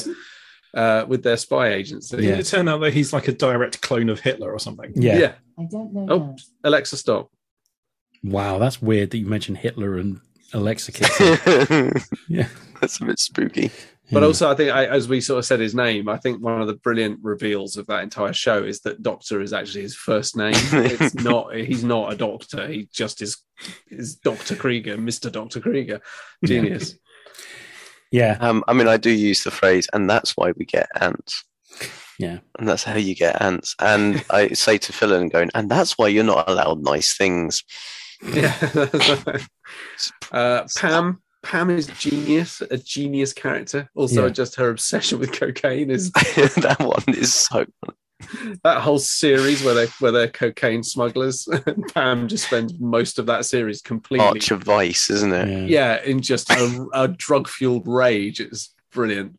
[SPEAKER 3] uh, with their spy agency.
[SPEAKER 1] Yeah.
[SPEAKER 2] Did it turn out that he's like a direct clone of Hitler or something?
[SPEAKER 1] yeah,
[SPEAKER 5] I don't know.
[SPEAKER 3] Oh.
[SPEAKER 5] now.
[SPEAKER 3] Alexa, stop.
[SPEAKER 1] Wow, that's weird that you mentioned Hitler and Alexa Kiss. Yeah.
[SPEAKER 4] That's a bit spooky.
[SPEAKER 3] But
[SPEAKER 1] Hmm.
[SPEAKER 3] also, I think I, as we sort of said his name, I think one of the brilliant reveals of that entire show is that Doctor is actually his first name. it's not he's not a doctor. He just is is Doctor Krieger, Mister Doctor Krieger, genius.
[SPEAKER 1] yeah,
[SPEAKER 4] Um, I mean, I do use the phrase, and that's why we get ants.
[SPEAKER 1] Yeah.
[SPEAKER 4] And that's how you get ants. And I say to Phil and going, and that's why you're not allowed nice things.
[SPEAKER 3] yeah. uh, Pam. Pam is genius, a genius character. Also,
[SPEAKER 1] Yeah.
[SPEAKER 3] just her obsession with cocaine is
[SPEAKER 4] that one is so.
[SPEAKER 3] that whole series where they where they're cocaine smugglers. And Pam just spends most of that series completely
[SPEAKER 4] Arch of Vice, isn't it?
[SPEAKER 1] yeah,
[SPEAKER 3] yeah in just a, a drug fueled rage it's brilliant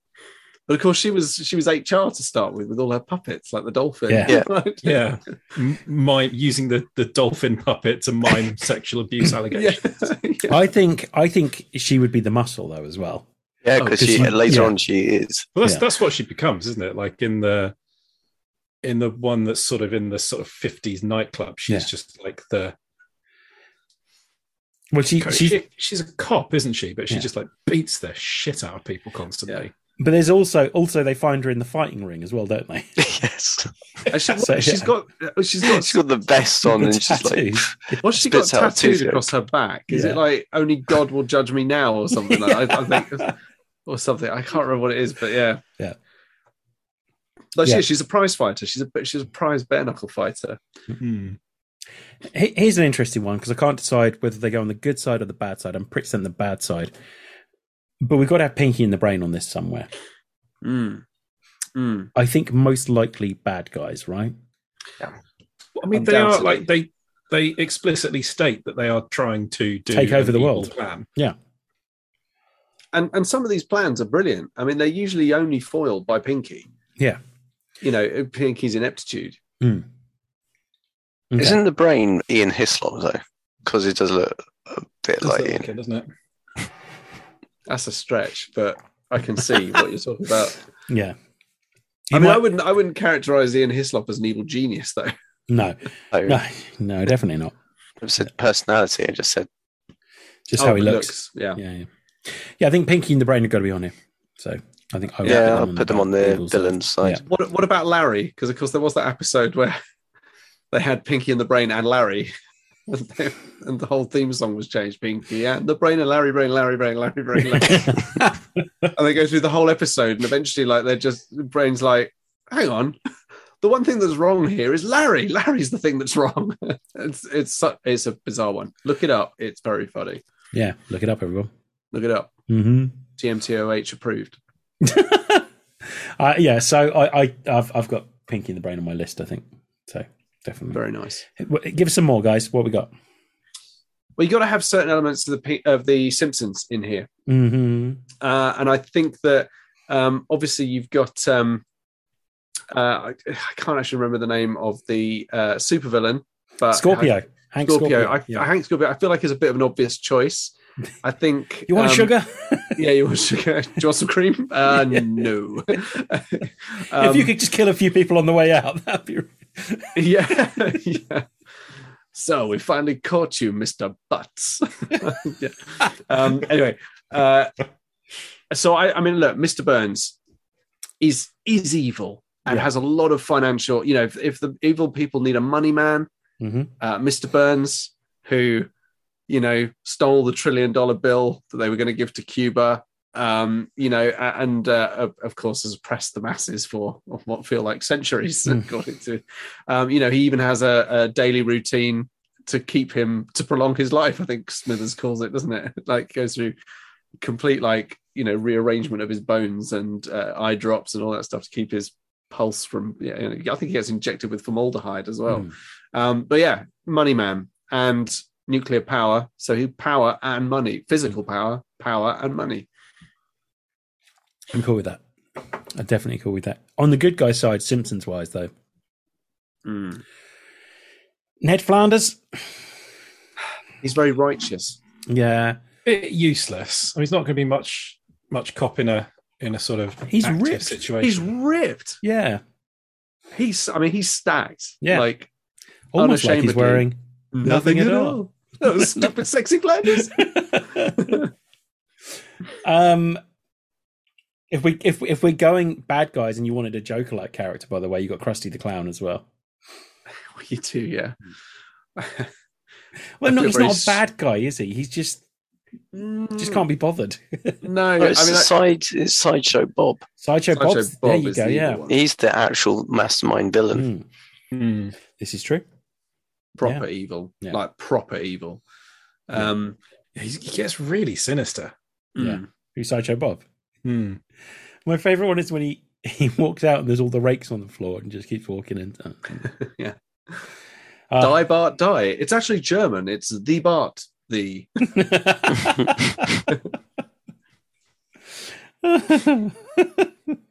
[SPEAKER 3] but of course she was she was hr to start with with all her puppets like the dolphin
[SPEAKER 1] Yeah.
[SPEAKER 2] Yeah. M- mime, using the, the dolphin puppet to mime sexual abuse
[SPEAKER 3] yeah.
[SPEAKER 2] allegations.
[SPEAKER 3] yeah.
[SPEAKER 1] I think I think she would be the muscle though as well.
[SPEAKER 4] Yeah,
[SPEAKER 3] Oh,
[SPEAKER 4] because
[SPEAKER 1] 'cause
[SPEAKER 4] she
[SPEAKER 1] you-
[SPEAKER 4] later
[SPEAKER 1] yeah.
[SPEAKER 4] on she is.
[SPEAKER 2] Well, that's
[SPEAKER 1] Yeah.
[SPEAKER 2] that's what she becomes, isn't it? Like in the in the one that's sort of in the sort of fifties nightclub, she's
[SPEAKER 1] Yeah.
[SPEAKER 2] just like the
[SPEAKER 1] Well, she, she
[SPEAKER 2] she- she's a cop, isn't she? But she
[SPEAKER 1] Yeah.
[SPEAKER 2] just like beats the shit out of people constantly.
[SPEAKER 1] but there's also also they find her in the fighting ring as well, don't they?
[SPEAKER 4] yes.
[SPEAKER 3] And she,
[SPEAKER 1] So,
[SPEAKER 3] has
[SPEAKER 1] yeah.
[SPEAKER 3] got she's got
[SPEAKER 4] She's got the vest on,
[SPEAKER 1] The
[SPEAKER 4] and she's like,
[SPEAKER 1] tattoos.
[SPEAKER 3] what's she got
[SPEAKER 4] spits out a
[SPEAKER 3] tattooed
[SPEAKER 4] toothpick.
[SPEAKER 3] across her back is
[SPEAKER 1] Yeah.
[SPEAKER 3] it like only god will judge me now or something like, I, I think or something i can't remember what it is but yeah
[SPEAKER 1] Yeah.
[SPEAKER 3] like
[SPEAKER 1] Yeah.
[SPEAKER 3] She, she's a prize fighter she's a she's a prize bare knuckle fighter
[SPEAKER 2] Hmm.
[SPEAKER 1] He- Here's an interesting one because I can't decide whether they go on the good side or the bad side. I'm pretty certain the bad side, but we've got to have Pinky in the brain on this somewhere.
[SPEAKER 3] Mm. Mm.
[SPEAKER 1] I think most likely bad guys, right?
[SPEAKER 2] Well, I mean, they are
[SPEAKER 3] Undoubtedly.
[SPEAKER 2] like they they explicitly state that they are trying to do
[SPEAKER 1] Take over
[SPEAKER 2] an
[SPEAKER 1] the
[SPEAKER 2] evil
[SPEAKER 1] world.
[SPEAKER 2] Plan.
[SPEAKER 3] and and some of these plans are brilliant. I mean, they're usually only foiled by Pinky.
[SPEAKER 1] Yeah.
[SPEAKER 3] you know Pinky's ineptitude.
[SPEAKER 1] Okay.
[SPEAKER 4] isn't the brain Ian Hislop though? Because it does look a bit
[SPEAKER 2] Does
[SPEAKER 4] like
[SPEAKER 2] look
[SPEAKER 4] Ian.
[SPEAKER 2] okay, doesn't it?
[SPEAKER 3] That's a stretch, but I can see what you're talking about.
[SPEAKER 1] Yeah.
[SPEAKER 3] I mean,
[SPEAKER 1] He
[SPEAKER 3] I
[SPEAKER 1] might-
[SPEAKER 3] wouldn't I wouldn't characterize Ian Hislop as an evil genius, though.
[SPEAKER 1] no,
[SPEAKER 4] Oh,
[SPEAKER 1] no, no, definitely not.
[SPEAKER 4] I said personality. I just said
[SPEAKER 1] Just how he
[SPEAKER 3] but
[SPEAKER 1] looks.
[SPEAKER 3] Yeah.
[SPEAKER 1] Yeah, yeah, yeah. I think Pinky and the Brain have got to be on here. So I think I would
[SPEAKER 4] yeah.
[SPEAKER 1] put
[SPEAKER 4] I'll
[SPEAKER 1] on
[SPEAKER 4] put them on the
[SPEAKER 1] Eagles
[SPEAKER 4] villain side.
[SPEAKER 3] What what about Larry? Because of course there was that episode where they had Pinky and the Brain and Larry. And they- and the whole theme song was changed. Pinky and the brain and Larry, brain, Larry, brain, Larry, brain, Larry. and they go through the whole episode and eventually like they're just the brain's like hang on the one thing that's wrong here is larry larry's the thing that's wrong it's it's su- it's a bizarre one look it up it's very funny
[SPEAKER 1] yeah, look it up, everyone.
[SPEAKER 3] look it up
[SPEAKER 1] hmm
[SPEAKER 3] tmtoh approved
[SPEAKER 1] uh, yeah, so I, I I've I've got Pinky in the Brain on my list. I think so. Definitely.
[SPEAKER 3] Very nice.
[SPEAKER 1] W- Give us some more, guys. What we got?
[SPEAKER 3] Well, you got to have certain elements of the pe- of the Simpsons in here,
[SPEAKER 1] hmm
[SPEAKER 3] uh, and I think that um, obviously you've got. Um, uh, I, I can't actually remember the name of the uh, supervillain, but
[SPEAKER 1] Scorpio. Hank Scorpio.
[SPEAKER 3] Uh, Scorpio. I,
[SPEAKER 1] yeah.
[SPEAKER 3] I, Hank Scorpio. I feel like is a bit of an obvious choice. I think.
[SPEAKER 1] you want
[SPEAKER 3] um,
[SPEAKER 1] sugar?
[SPEAKER 3] Yeah, you want sugar. Do you want some cream? Uh, no.
[SPEAKER 1] if you
[SPEAKER 3] um,
[SPEAKER 1] could just kill a few people on the way out, that'd be.
[SPEAKER 3] yeah, yeah. So we finally caught you, Mister Butts. Yeah. um, anyway, uh, so I, I mean, look, Mister Burns is is evil and
[SPEAKER 1] Yeah.
[SPEAKER 3] has a lot of financial. You know, if, if the evil people need a money man,
[SPEAKER 1] Mhm.
[SPEAKER 3] uh, Mister Burns, who you know stole the trillion dollar bill that they were going to give to Cuba. Um, you know, a- and uh, of- of course has oppressed the masses for what feel like centuries,
[SPEAKER 1] Mm.
[SPEAKER 3] according to um, you know, he even has a, a daily routine to keep him to prolong his life. I think Smithers calls it, doesn't it? Like goes through complete like you know rearrangement of his bones and uh, eye drops and all that stuff to keep his pulse from. Yeah, you know, I think he gets injected with formaldehyde as well.
[SPEAKER 1] Mm.
[SPEAKER 3] Um, but yeah, money man and nuclear power. So he power and money, physical power, power and money.
[SPEAKER 1] I'm cool with that. I'm definitely cool with that. On the good guy side, Simpsons wise though,
[SPEAKER 3] Mm.
[SPEAKER 1] Ned Flanders.
[SPEAKER 3] He's very righteous.
[SPEAKER 1] Yeah,
[SPEAKER 2] bit useless. I mean, he's not going to be much much cop in a in a sort of
[SPEAKER 1] He's
[SPEAKER 2] active
[SPEAKER 1] ripped.
[SPEAKER 3] He's
[SPEAKER 2] situation.
[SPEAKER 3] ripped.
[SPEAKER 1] yeah.
[SPEAKER 3] He's, I mean, he's stacked.
[SPEAKER 1] Yeah.
[SPEAKER 3] Like
[SPEAKER 1] Almost like he's
[SPEAKER 3] Unashamedly.
[SPEAKER 1] wearing.
[SPEAKER 3] Nothing,
[SPEAKER 1] Nothing
[SPEAKER 3] at,
[SPEAKER 1] at
[SPEAKER 3] all. Those stupid sexy gliders.
[SPEAKER 1] um, if we if if we're going bad guys, and you wanted a Joker like character, by the way, you got Krusty the Clown as well.
[SPEAKER 3] you too, yeah.
[SPEAKER 1] Well,
[SPEAKER 3] I
[SPEAKER 1] no,
[SPEAKER 3] feel
[SPEAKER 1] he's
[SPEAKER 3] very
[SPEAKER 1] not a
[SPEAKER 3] s-
[SPEAKER 1] bad guy, is he? He's just just can't be bothered.
[SPEAKER 3] No, I
[SPEAKER 4] No,
[SPEAKER 3] mean,
[SPEAKER 4] it's a
[SPEAKER 3] like,
[SPEAKER 4] side it's sideshow Bob.
[SPEAKER 1] Sideshow,
[SPEAKER 3] Sideshow
[SPEAKER 1] Bob's, there
[SPEAKER 3] Bob
[SPEAKER 1] you
[SPEAKER 3] is
[SPEAKER 1] go.
[SPEAKER 3] the evil
[SPEAKER 1] Yeah,
[SPEAKER 3] one.
[SPEAKER 4] He's the actual mastermind villain.
[SPEAKER 1] Mm,
[SPEAKER 2] Hmm.
[SPEAKER 1] this is true.
[SPEAKER 3] proper evil,
[SPEAKER 1] Yeah.
[SPEAKER 3] like proper evil.
[SPEAKER 1] Yeah.
[SPEAKER 3] Um,
[SPEAKER 2] He's, he gets really sinister.
[SPEAKER 1] Yeah.
[SPEAKER 3] mm.
[SPEAKER 1] Who's Sideshow Bob?
[SPEAKER 2] Hmm.
[SPEAKER 1] My favorite one is when he he walks out and there's all the rakes on the floor and just keeps walking and uh,
[SPEAKER 3] Yeah.
[SPEAKER 1] Uh,
[SPEAKER 3] die Bart die. It's actually German. It's the Bart the.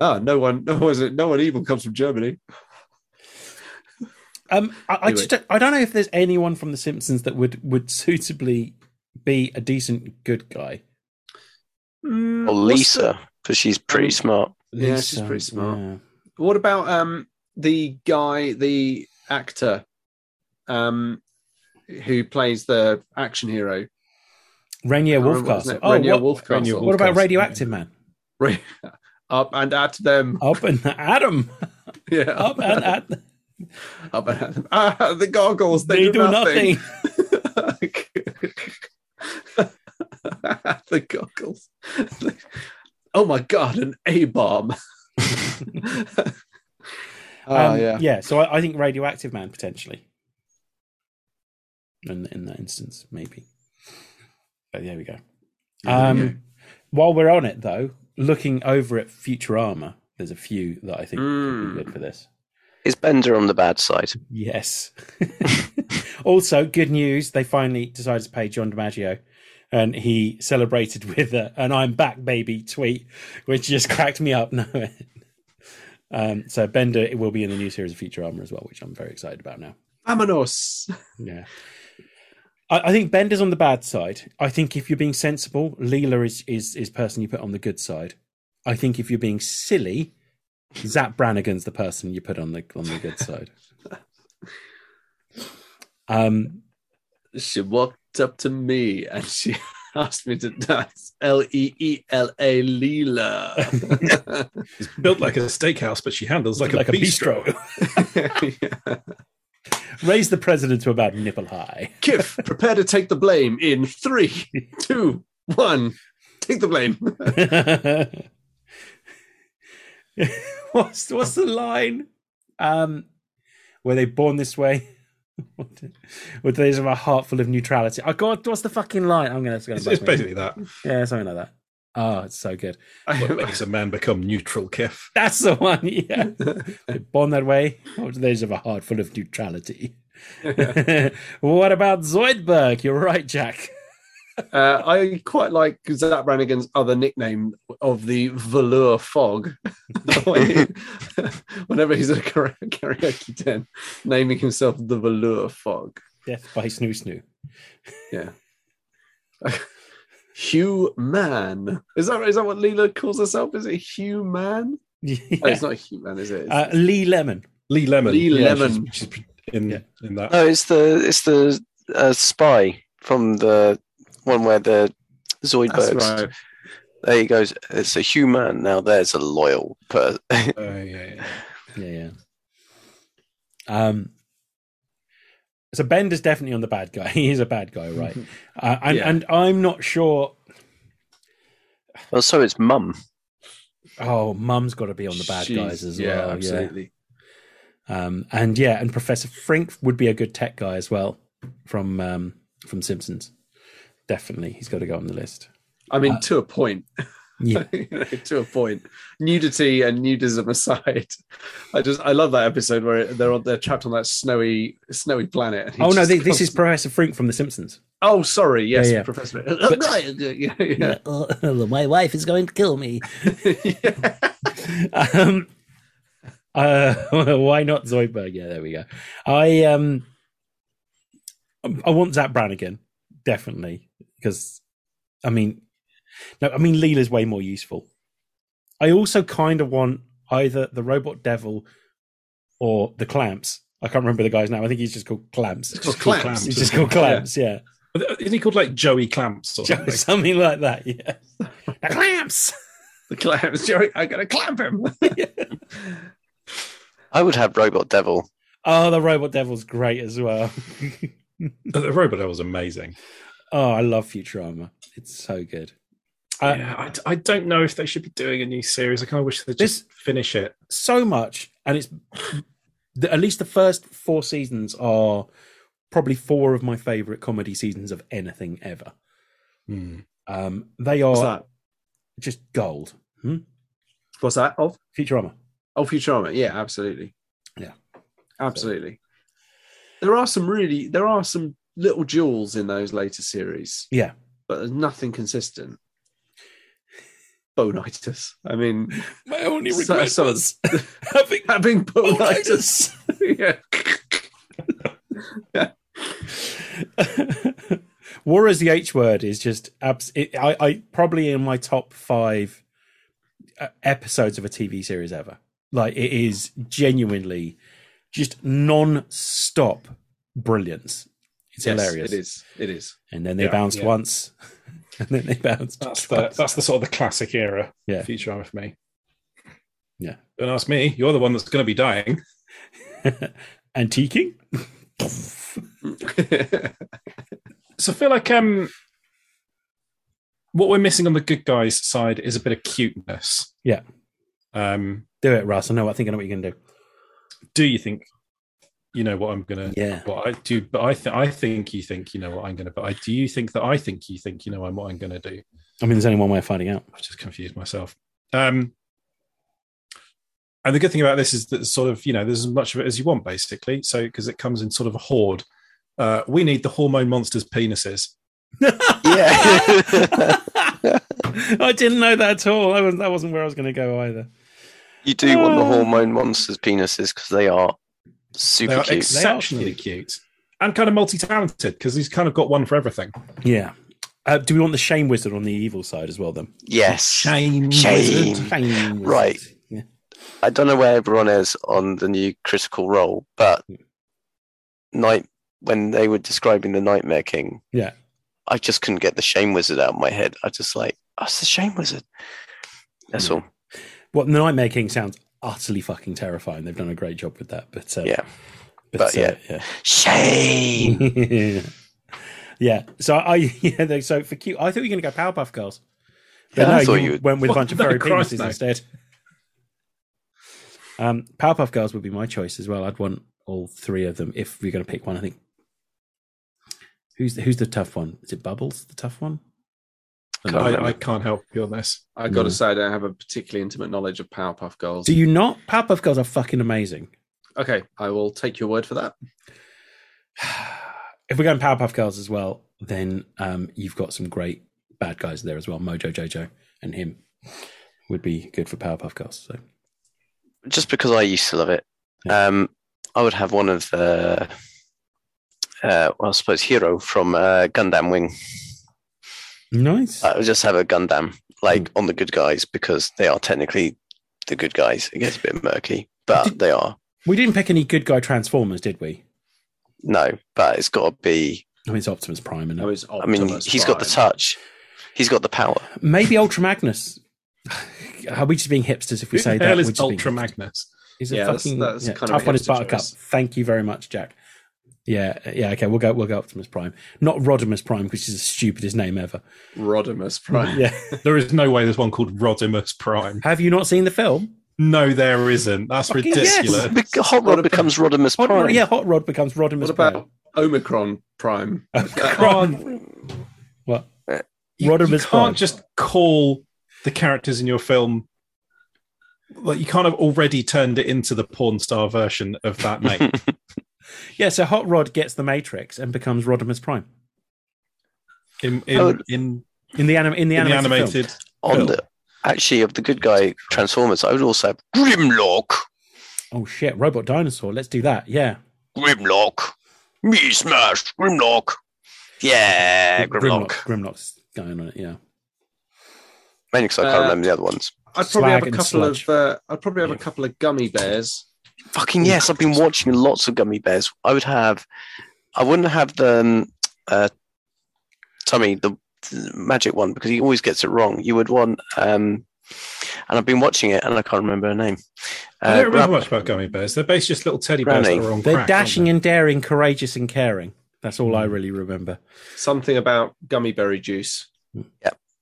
[SPEAKER 3] Ah, no one, no one, no one evil comes from Germany.
[SPEAKER 1] um, I, I
[SPEAKER 3] Anyway.
[SPEAKER 1] just don't, I don't know if there's anyone from The Simpsons that would would suitably be a decent good guy.
[SPEAKER 3] Mm,
[SPEAKER 4] Or
[SPEAKER 3] what's
[SPEAKER 4] Lisa, because she's pretty smart.
[SPEAKER 3] Yeah, she's
[SPEAKER 1] um,
[SPEAKER 3] pretty smart. the- what about um the guy, the actor, um, who plays the action hero?
[SPEAKER 1] Rainier
[SPEAKER 3] Can't remember his
[SPEAKER 1] Wolfcastle.
[SPEAKER 3] name.
[SPEAKER 1] Oh,
[SPEAKER 3] Rainier
[SPEAKER 1] what,
[SPEAKER 3] Wolfcastle.
[SPEAKER 2] Rainier
[SPEAKER 1] what about
[SPEAKER 2] Wolfcastle,
[SPEAKER 1] Radioactive Man?
[SPEAKER 3] Right. Up and at them.
[SPEAKER 1] Up and Adam.
[SPEAKER 3] Yeah.
[SPEAKER 1] Up and at.
[SPEAKER 3] Up and at them. Ah, the goggles. They,
[SPEAKER 1] They, do nothing.
[SPEAKER 3] the goggles. oh my god, an A bomb. Oh
[SPEAKER 1] Um,
[SPEAKER 3] yeah.
[SPEAKER 1] So I, I think Radioactive Man potentially. In in that instance, maybe. But there we go. Um,
[SPEAKER 3] Okay.
[SPEAKER 1] While we're on it, though, looking over at Futurama, there's a few that I think would
[SPEAKER 3] Mm.
[SPEAKER 1] be good for this.
[SPEAKER 4] Is Bender on the bad side?
[SPEAKER 1] Yes. also, good news: they finally decided to pay John DiMaggio, and he celebrated with a, an "I'm back, baby" tweet, which just cracked me up. No. Um, so Bender it will be in the new series of Futurama as well, which I'm very excited about now.
[SPEAKER 3] Vamonos.
[SPEAKER 1] Yeah. I, I think Bender's on the bad side. I think if you're being sensible, Leela is is is person you put on the good side. I think if you're being silly, Zap Brannigan's the person you put on the on the good side. Um
[SPEAKER 3] She walked up to me and she asked me to dance L E E L A Leela.
[SPEAKER 2] He's built like a steakhouse, but she handles like, a, bistro.
[SPEAKER 1] Raise the president to about nipple high.
[SPEAKER 3] Kif, prepare to take the blame in three, two, one. Take the blame.
[SPEAKER 1] what's what's the line? Um, were they born this way? Or do they Oh, just have a heart full of neutrality? I God, what's the fucking line? I'm gonna. It's, gonna
[SPEAKER 2] It's,
[SPEAKER 1] bug
[SPEAKER 2] it's
[SPEAKER 1] me.
[SPEAKER 2] basically that.
[SPEAKER 1] yeah, something like that. Oh, it's so good.
[SPEAKER 2] What makes a man become neutral, Kef?
[SPEAKER 1] That's the one. Yeah. They're born that way. Or do they just have a heart full of neutrality? what about Zoidberg? You're right, Jack.
[SPEAKER 3] Uh, I quite like Zach Brannigan's other nickname of the velour fog. Whenever he's at a kara- karaoke den, naming himself the velour fog.
[SPEAKER 1] Death by Snoo Snoo.
[SPEAKER 2] Oh,
[SPEAKER 3] Yeah. Hugh Man. Is that is that what Leela calls herself? Is it Hugh Man? No,
[SPEAKER 1] Yeah.
[SPEAKER 3] it's not Hugh Man, is it? It's-
[SPEAKER 1] Uh, Lee Lemon.
[SPEAKER 2] Lee Lemon.
[SPEAKER 3] Lee
[SPEAKER 2] Yeah,
[SPEAKER 3] Lemon.
[SPEAKER 2] She's, she's in
[SPEAKER 1] Yeah.
[SPEAKER 2] in that. Uh,
[SPEAKER 4] No, it's the it's the uh, spy from the one where the
[SPEAKER 3] that's
[SPEAKER 4] Zoidbergs.
[SPEAKER 3] right.
[SPEAKER 4] There he goes. It's a human. Now there's a loyal person.
[SPEAKER 2] Oh, yeah, yeah.
[SPEAKER 1] Yeah, yeah. Um, so Bender's definitely on the bad guy. He is a bad guy, right? Uh, and,
[SPEAKER 2] Yeah.
[SPEAKER 1] and I'm not sure.
[SPEAKER 4] well, so it's mum.
[SPEAKER 1] Oh, Mum's got to be on the bad
[SPEAKER 3] She's-
[SPEAKER 1] guys as
[SPEAKER 3] yeah,
[SPEAKER 1] well.
[SPEAKER 3] Absolutely.
[SPEAKER 1] Um, and yeah, and Professor Frink would be a good tech guy as well from um, from Simpsons. Definitely, he's got to go on the list.
[SPEAKER 3] I mean,
[SPEAKER 1] Uh,
[SPEAKER 3] to a point.
[SPEAKER 1] Yeah.
[SPEAKER 3] You know, to a point. Nudity and nudism aside, I just I love that episode where they're on, they're trapped on that snowy snowy planet. and he
[SPEAKER 1] oh no,
[SPEAKER 3] just
[SPEAKER 1] thi- this is
[SPEAKER 3] comes-
[SPEAKER 1] Professor Frink from The Simpsons.
[SPEAKER 3] oh sorry, yes,
[SPEAKER 1] Yeah, yeah.
[SPEAKER 3] Professor.
[SPEAKER 1] But-
[SPEAKER 3] yeah, yeah.
[SPEAKER 1] Oh, my wife is going to kill me. um, uh, why not Zoidberg? Yeah, there we go. I um, I want Zach Brannigan definitely because I mean, no, I mean Leela's way more useful. I also kind of want either the robot devil or the clamps. I can't remember the guy's name. I think he's just called clamps.
[SPEAKER 3] It's called
[SPEAKER 2] called
[SPEAKER 3] clamps.
[SPEAKER 1] He's just called clamps. Yeah,
[SPEAKER 2] uh, Isn't he called like Joey Clamps or something?
[SPEAKER 1] something like that. Yeah, the clamps.
[SPEAKER 3] The clamps. Jerry, I'm gonna clamp him.
[SPEAKER 4] I would have Robot Devil.
[SPEAKER 1] Oh, the robot devil's great as well.
[SPEAKER 2] the robot that was amazing.
[SPEAKER 1] Oh, I love Futurama. It's so good. Uh,
[SPEAKER 2] yeah, I, I don't know if they should be doing a new series. I kind of wish they
[SPEAKER 1] This-
[SPEAKER 2] just finish it.
[SPEAKER 1] So much, and it's the, at least the first four seasons are probably four of my favorite comedy seasons of anything ever.
[SPEAKER 2] Hmm.
[SPEAKER 1] Um, they are
[SPEAKER 3] What's that?
[SPEAKER 1] just gold.
[SPEAKER 3] What's that? Oh,
[SPEAKER 1] Futurama.
[SPEAKER 3] oh, Futurama. Yeah, absolutely.
[SPEAKER 1] Yeah.
[SPEAKER 3] absolutely. There are some really there are some little jewels in those later series.
[SPEAKER 1] Yeah.
[SPEAKER 3] but there's nothing consistent. Bonitis. I mean,
[SPEAKER 1] My only
[SPEAKER 3] So- regret so- was
[SPEAKER 1] having
[SPEAKER 3] having bonitis. yeah.
[SPEAKER 1] War as the H word is just abs- it, I, I probably in my top five uh, episodes of a TV series ever. Like it is genuinely just non-stop brilliance. It's
[SPEAKER 3] Yes,
[SPEAKER 1] hilarious.
[SPEAKER 3] It is. It is.
[SPEAKER 1] And then they
[SPEAKER 2] Yeah,
[SPEAKER 1] bounced
[SPEAKER 2] yeah.
[SPEAKER 1] once, and then they bounced.
[SPEAKER 2] That's the
[SPEAKER 1] twice.
[SPEAKER 2] that's the sort of the classic era.
[SPEAKER 1] Yeah.
[SPEAKER 2] Futurama for me.
[SPEAKER 1] Yeah.
[SPEAKER 2] Don't ask me. You're the one that's going to be dying.
[SPEAKER 1] Antiquing.
[SPEAKER 2] So I feel like um, what we're missing on the good guys side is a bit of cuteness.
[SPEAKER 1] Yeah.
[SPEAKER 2] Um,
[SPEAKER 1] Do it, Russ. I know. I think I know what you're going to do.
[SPEAKER 2] do you think you know what I'm gonna?
[SPEAKER 1] Yeah.
[SPEAKER 2] What I do, but I think I think you think you know what I'm gonna. But I do you think that I think you think you know I'm what I'm gonna do?
[SPEAKER 1] I mean, there's only one way of finding out.
[SPEAKER 2] I've just confused myself. Um, and the good thing about this is that sort of you know there's as much of it as you want basically. So because it comes in sort of a horde. Uh, we need the hormone monsters' penises.
[SPEAKER 4] Yeah.
[SPEAKER 1] I didn't know that at all. I was, that wasn't where I was going to go either.
[SPEAKER 4] you do want the
[SPEAKER 1] Oh.
[SPEAKER 4] hormone monsters' penises because they are
[SPEAKER 2] They
[SPEAKER 4] super
[SPEAKER 2] are
[SPEAKER 4] cute.
[SPEAKER 2] exceptionally
[SPEAKER 1] They are
[SPEAKER 2] cute. and kind of multi-talented because he's kind of got one for everything.
[SPEAKER 1] Yeah. Uh, do we want the shame wizard on the evil side as well, then?
[SPEAKER 4] yes.
[SPEAKER 2] Shame,
[SPEAKER 4] Shame.
[SPEAKER 2] wizard.
[SPEAKER 1] Shame wizard.
[SPEAKER 4] Right.
[SPEAKER 1] Yeah.
[SPEAKER 4] I don't know where everyone is on the new Critical Role, but night when they were describing the Nightmare King,
[SPEAKER 1] Yeah.
[SPEAKER 4] I just couldn't get the Shame Wizard out of my head. I just like, oh, it's the Shame Wizard.
[SPEAKER 2] Hmm.
[SPEAKER 4] That's all.
[SPEAKER 1] Well, the Nightmare King sounds utterly fucking terrifying. They've done a great job with that. But uh,
[SPEAKER 4] Yeah.
[SPEAKER 1] But,
[SPEAKER 4] But,
[SPEAKER 1] uh,
[SPEAKER 4] yeah.
[SPEAKER 1] yeah.
[SPEAKER 4] Shame.
[SPEAKER 1] yeah. So I yeah. they- So for cute, I thought you were going to go Powerpuff Girls. But
[SPEAKER 4] Yeah,
[SPEAKER 1] no,
[SPEAKER 4] I thought
[SPEAKER 1] you
[SPEAKER 4] you would-
[SPEAKER 1] went with a
[SPEAKER 2] What?
[SPEAKER 1] bunch of
[SPEAKER 2] Oh, No,
[SPEAKER 1] furry
[SPEAKER 2] Christ,
[SPEAKER 1] penises
[SPEAKER 2] no.
[SPEAKER 1] instead. Um, Powerpuff Girls would be my choice as well. I'd want all three of them if we're going to pick one. I think. Who's the, who's the tough one? Is it Bubbles? The tough one?
[SPEAKER 4] Can't
[SPEAKER 2] I,
[SPEAKER 4] remember.
[SPEAKER 2] I can't help you on this.
[SPEAKER 3] I got to say, I don't have a particularly intimate knowledge of Powerpuff Girls.
[SPEAKER 1] Mm. Do you not? Powerpuff Girls are fucking amazing.
[SPEAKER 3] okay, I will take your word for that.
[SPEAKER 1] if we're going Powerpuff Girls as well, then um, you've got some great bad guys there as well. Mojo Jojo and him would be good for Powerpuff Girls. So
[SPEAKER 4] just because I used to love it, um, I would have one of the, uh, well, I suppose Hero from uh, Gundam Wing.
[SPEAKER 1] nice.
[SPEAKER 3] Uh,
[SPEAKER 4] I would just have a Gundam like
[SPEAKER 1] Hmm.
[SPEAKER 4] on the good guys because they are technically the good guys. It gets a bit murky, but they are.
[SPEAKER 1] we didn't pick any good guy Transformers, did we?
[SPEAKER 4] No, but it's got to be.
[SPEAKER 1] I mean, it's Optimus Prime, and
[SPEAKER 3] I, was
[SPEAKER 4] I mean,
[SPEAKER 3] Optimus
[SPEAKER 4] he's got the
[SPEAKER 3] Prime.
[SPEAKER 4] touch, he's got the power.
[SPEAKER 1] maybe Ultra Magnus. Are we just being hipsters if we
[SPEAKER 2] Who
[SPEAKER 1] say
[SPEAKER 2] the
[SPEAKER 1] that?
[SPEAKER 2] hell
[SPEAKER 1] We're
[SPEAKER 2] is
[SPEAKER 1] just being
[SPEAKER 2] Ultra
[SPEAKER 1] hipsters.
[SPEAKER 2] Magnus?
[SPEAKER 1] He's a
[SPEAKER 3] Yeah, that's-
[SPEAKER 1] fucking
[SPEAKER 3] that's
[SPEAKER 1] yeah,
[SPEAKER 3] kind of a
[SPEAKER 1] tough one. Is
[SPEAKER 3] hipster
[SPEAKER 1] Buttercup.
[SPEAKER 3] choice.
[SPEAKER 1] Thank you very much, Jack. Yeah, yeah, okay. We'll go. We'll go Optimus Prime, not Rodimus Prime, which is the stupidest name ever.
[SPEAKER 3] Rodimus Prime.
[SPEAKER 1] Yeah.
[SPEAKER 2] There is no way there's one called Rodimus Prime.
[SPEAKER 1] Have you not seen the film?
[SPEAKER 2] No, there isn't. That's
[SPEAKER 1] Fucking
[SPEAKER 2] ridiculous.
[SPEAKER 4] Bec- Hot
[SPEAKER 3] What
[SPEAKER 4] Rod
[SPEAKER 3] about-
[SPEAKER 4] becomes Rodimus
[SPEAKER 1] Hot Rod,
[SPEAKER 4] Prime.
[SPEAKER 1] yeah, Hot Rod becomes Rodimus
[SPEAKER 3] What about
[SPEAKER 1] Prime.
[SPEAKER 3] Omicron Prime?
[SPEAKER 2] Can't-
[SPEAKER 1] What?
[SPEAKER 2] you,
[SPEAKER 1] Rodimus
[SPEAKER 2] you
[SPEAKER 1] Prime.
[SPEAKER 2] can't just call the characters in your film. Like you can't have already turned it into the porn star version of that name.
[SPEAKER 1] Yeah, so Hot Rod gets the Matrix and becomes Rodimus Prime
[SPEAKER 2] in in,
[SPEAKER 4] Oh.
[SPEAKER 2] in,
[SPEAKER 1] in the anim- in the
[SPEAKER 2] in
[SPEAKER 1] animated.
[SPEAKER 2] the
[SPEAKER 1] film.
[SPEAKER 2] animated.
[SPEAKER 4] On the actually of the good guy Transformers, I would also have Grimlock.
[SPEAKER 1] Oh shit, Robot Dinosaur. Let's do that. Yeah,
[SPEAKER 4] Grimlock. Me smash Grimlock. Yeah, Grimlock.
[SPEAKER 1] Grimlock's going on it. Yeah,
[SPEAKER 4] Mainly because I can't
[SPEAKER 3] Uh,
[SPEAKER 4] remember the other ones.
[SPEAKER 3] I'd probably
[SPEAKER 1] Slag
[SPEAKER 3] have a
[SPEAKER 1] and
[SPEAKER 3] couple
[SPEAKER 1] sludge.
[SPEAKER 3] of. Uh, I'd probably have
[SPEAKER 1] Yeah.
[SPEAKER 3] a couple of gummy bears.
[SPEAKER 4] Fucking yes, I've been watching lots of gummy bears. I would have, I wouldn't have the um, uh, Tommy the, the magic one because he always gets it wrong. You would want, um, and I've been watching it and I can't remember her name.
[SPEAKER 2] I
[SPEAKER 4] Uh,
[SPEAKER 2] don't remember
[SPEAKER 4] Gra-
[SPEAKER 2] much about gummy bears. They're basically just little teddy bears
[SPEAKER 4] Granny.
[SPEAKER 2] that are on
[SPEAKER 1] they're
[SPEAKER 2] crack.
[SPEAKER 1] dashing
[SPEAKER 2] aren't Hmm.
[SPEAKER 1] and daring, courageous and caring. That's all I really remember.
[SPEAKER 3] Something about gummy berry juice.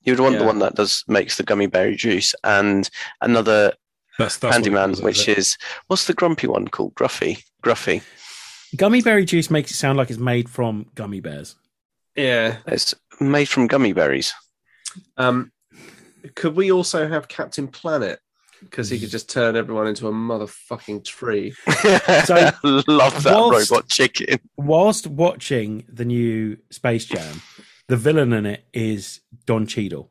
[SPEAKER 4] you would want the
[SPEAKER 3] Yeah.
[SPEAKER 4] one that does makes the gummy berry juice and another
[SPEAKER 2] they? That's, that's what it
[SPEAKER 4] Candyman,
[SPEAKER 2] is,
[SPEAKER 4] which
[SPEAKER 2] isn't it?
[SPEAKER 4] is what's the grumpy one called? Gruffy, Gruffy.
[SPEAKER 1] Gummy berry juice makes it sound like it's made from gummy bears.
[SPEAKER 3] Yeah.
[SPEAKER 4] It's made from gummy berries.
[SPEAKER 3] Um, could we also have Captain Planet? Because he could
[SPEAKER 1] Mm.
[SPEAKER 3] just turn everyone into a motherfucking tree.
[SPEAKER 1] So,
[SPEAKER 4] love that
[SPEAKER 1] whilst-
[SPEAKER 4] robot chicken.
[SPEAKER 1] Whilst watching the new Space Jam, the villain in it is Don Cheadle,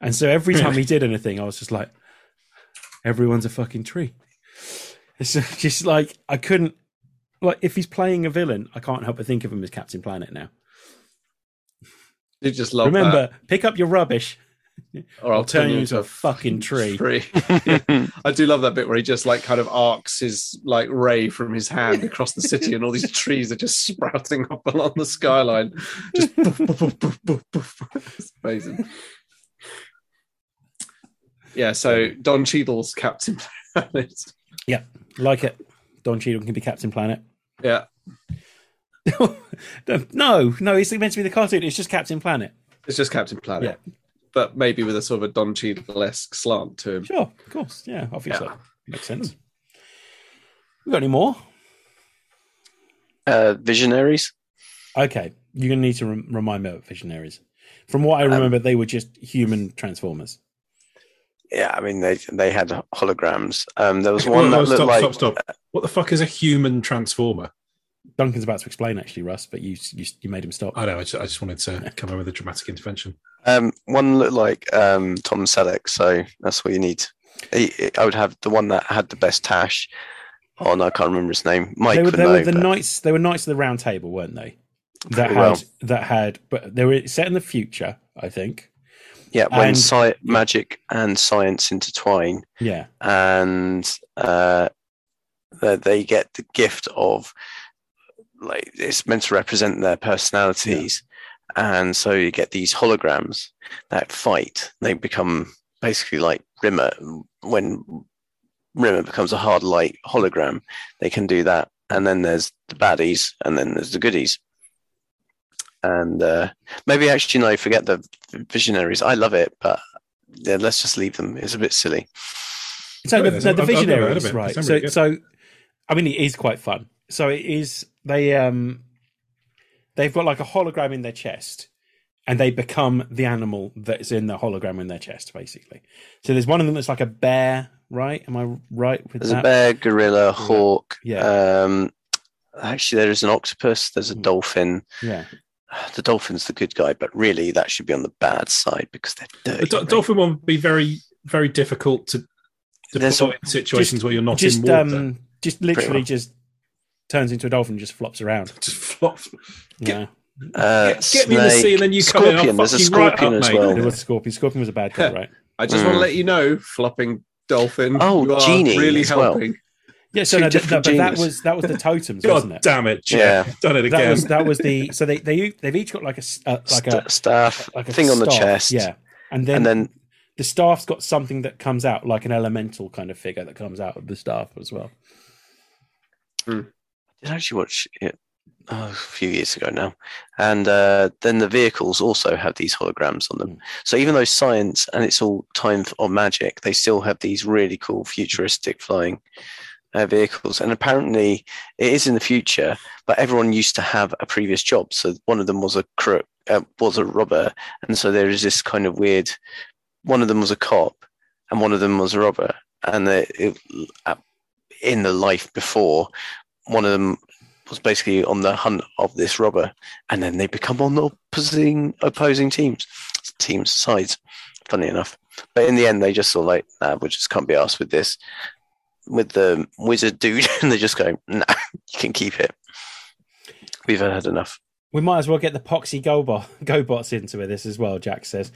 [SPEAKER 1] and so every time he did anything, I was just like, everyone's a fucking tree. It's just like I couldn't like if he's playing a villain, I can't help but think of him as Captain Planet now.
[SPEAKER 3] You just love
[SPEAKER 1] Remember, pick up your rubbish.
[SPEAKER 3] that. Or
[SPEAKER 1] I'll turn you into a fucking tree.
[SPEAKER 3] I do love that bit where he just like kind of arcs his like ray from his hand across the city, and all these trees are just sprouting up along the skyline. Just poof, poof, poof, poof, poof, poof. it's amazing. Yeah, so Don Cheadle's Captain Planet.
[SPEAKER 1] Like it, Don Cheadle can be Captain Planet.
[SPEAKER 3] Yeah,
[SPEAKER 1] no, no, it's meant to be the cartoon. It's just Captain Planet.
[SPEAKER 3] it's just Captain Planet, but maybe with a sort of a Don Cheadle-esque slant to him.
[SPEAKER 1] Sure, of course. Yeah, obviously.
[SPEAKER 3] Yeah.
[SPEAKER 1] Makes sense. We got any more?
[SPEAKER 4] Uh, visionaries.
[SPEAKER 1] Okay, you're gonna need to rem- remind me of visionaries. From what I
[SPEAKER 4] Um,
[SPEAKER 1] remember, they were just human transformers.
[SPEAKER 4] Yeah, I mean they they had holograms. Um, there was
[SPEAKER 2] Whoa, whoa,
[SPEAKER 4] one that looked
[SPEAKER 2] stop,
[SPEAKER 4] like
[SPEAKER 2] stop, stop. What the fuck is a human transformer?
[SPEAKER 1] Duncan's about to explain, actually, Russ, but you you, you made him stop.
[SPEAKER 2] I know. I just, I just wanted to come in with a dramatic intervention.
[SPEAKER 4] um, one looked like um, Tom Selleck. So that's what you need. He, I would have the one that had the best tash. On I can't remember his name. Mike
[SPEAKER 1] they were
[SPEAKER 4] would
[SPEAKER 1] they
[SPEAKER 4] know,
[SPEAKER 1] were the
[SPEAKER 4] but
[SPEAKER 1] knights. They were knights of the Round Table, weren't they? That
[SPEAKER 4] Pretty
[SPEAKER 1] had
[SPEAKER 4] well.
[SPEAKER 1] that had, but they were set in the future, I think.
[SPEAKER 4] yeah, when
[SPEAKER 1] and-
[SPEAKER 4] sci- magic and science intertwine,
[SPEAKER 1] Yeah,
[SPEAKER 4] and uh, that they get the gift of like it's meant to represent their personalities, and so you get these holograms that fight. They become basically like Rimmer when Rimmer becomes a hard light hologram. They can do that, and then there's the baddies, and then there's the goodies. And uh, maybe actually no, forget the visionaries. I love it, but yeah, let's just leave them. It's a bit silly.
[SPEAKER 1] So
[SPEAKER 2] Yeah,
[SPEAKER 1] the,
[SPEAKER 2] there's-
[SPEAKER 1] no, the
[SPEAKER 2] I've- I've never heard of
[SPEAKER 1] visionaries,
[SPEAKER 2] it.
[SPEAKER 1] right?
[SPEAKER 2] Sounds
[SPEAKER 1] So,
[SPEAKER 2] really good.
[SPEAKER 1] so I mean, it is quite fun. So it is they um they've got like a hologram in their chest, and they become the animal that is in the hologram in their chest, basically. So there's one of them that's like a bear, right? Am I right with
[SPEAKER 4] There's
[SPEAKER 1] that?
[SPEAKER 4] a bear, gorilla, hawk.
[SPEAKER 2] Uh,
[SPEAKER 1] Yeah.
[SPEAKER 4] Um, actually, there is an octopus. There's a
[SPEAKER 2] Hmm.
[SPEAKER 1] Mm.
[SPEAKER 4] dolphin.
[SPEAKER 1] Yeah,
[SPEAKER 4] The dolphin's the good guy, but really that should be on the bad side because they're
[SPEAKER 2] The
[SPEAKER 4] dirty.
[SPEAKER 2] do-
[SPEAKER 4] right?
[SPEAKER 2] dolphin one would be very, very difficult to deploy
[SPEAKER 4] There's a-
[SPEAKER 2] in situations
[SPEAKER 1] just-
[SPEAKER 2] where you're not in
[SPEAKER 1] just
[SPEAKER 2] water.
[SPEAKER 1] um, just literally
[SPEAKER 4] well.
[SPEAKER 1] just turns into a dolphin, and just flops around.
[SPEAKER 2] just flop.
[SPEAKER 1] Yeah,
[SPEAKER 4] Uh,
[SPEAKER 2] get, get me in the
[SPEAKER 4] snake.
[SPEAKER 2] sea, and then you come in. I'll
[SPEAKER 4] Scorpion, there's a
[SPEAKER 2] fuck you right up,
[SPEAKER 4] scorpion as
[SPEAKER 2] mate.
[SPEAKER 4] well.
[SPEAKER 1] there was a scorpion. Scorpion was a bad guy, right?
[SPEAKER 3] I just want
[SPEAKER 4] Mm.
[SPEAKER 3] to let you know, flopping dolphin.
[SPEAKER 4] Oh,
[SPEAKER 3] you are
[SPEAKER 4] genie
[SPEAKER 3] really
[SPEAKER 4] as well.
[SPEAKER 3] helping.
[SPEAKER 1] Yeah, so
[SPEAKER 4] Two
[SPEAKER 1] no, th- no,
[SPEAKER 4] different
[SPEAKER 1] but that
[SPEAKER 4] genres.
[SPEAKER 1] was that was the totems, wasn't
[SPEAKER 2] God
[SPEAKER 1] it?
[SPEAKER 2] damn it! Jeff.
[SPEAKER 4] Yeah.
[SPEAKER 2] done it
[SPEAKER 1] That
[SPEAKER 2] again.
[SPEAKER 1] was that was the so they they they've each got like a s- uh, like a
[SPEAKER 4] St- staff
[SPEAKER 1] like a
[SPEAKER 4] thing on the
[SPEAKER 1] staff,
[SPEAKER 4] chest.
[SPEAKER 1] yeah, and then,
[SPEAKER 4] and then
[SPEAKER 1] the staff's got something that comes out like an elemental kind of figure that comes out of the staff as well.
[SPEAKER 4] did I actually watch it oh, a few years ago now, and uh, then the vehicles also have these holograms on them. So even though science and it's all time f- or magic, they still have these really cool futuristic flying uh, vehicles. And apparently, it is in the future, but everyone used to have a previous job. So one of them was a crook, uh, was a robber, and so there is this kind of weird. One of them was a cop, and one of them was a robber, and they, it, uh, in the life before, one of them was basically on the hunt of this robber, and then they become on the opposing opposing teams, teams sides. Funny enough, but in the end, they just sort of like, nah, we just can't be asked with this, with the wizard dude, and they just go, nah, you can keep it. We've had enough.
[SPEAKER 1] We might as well get the poxy gobot gobots into this as well. Jack says,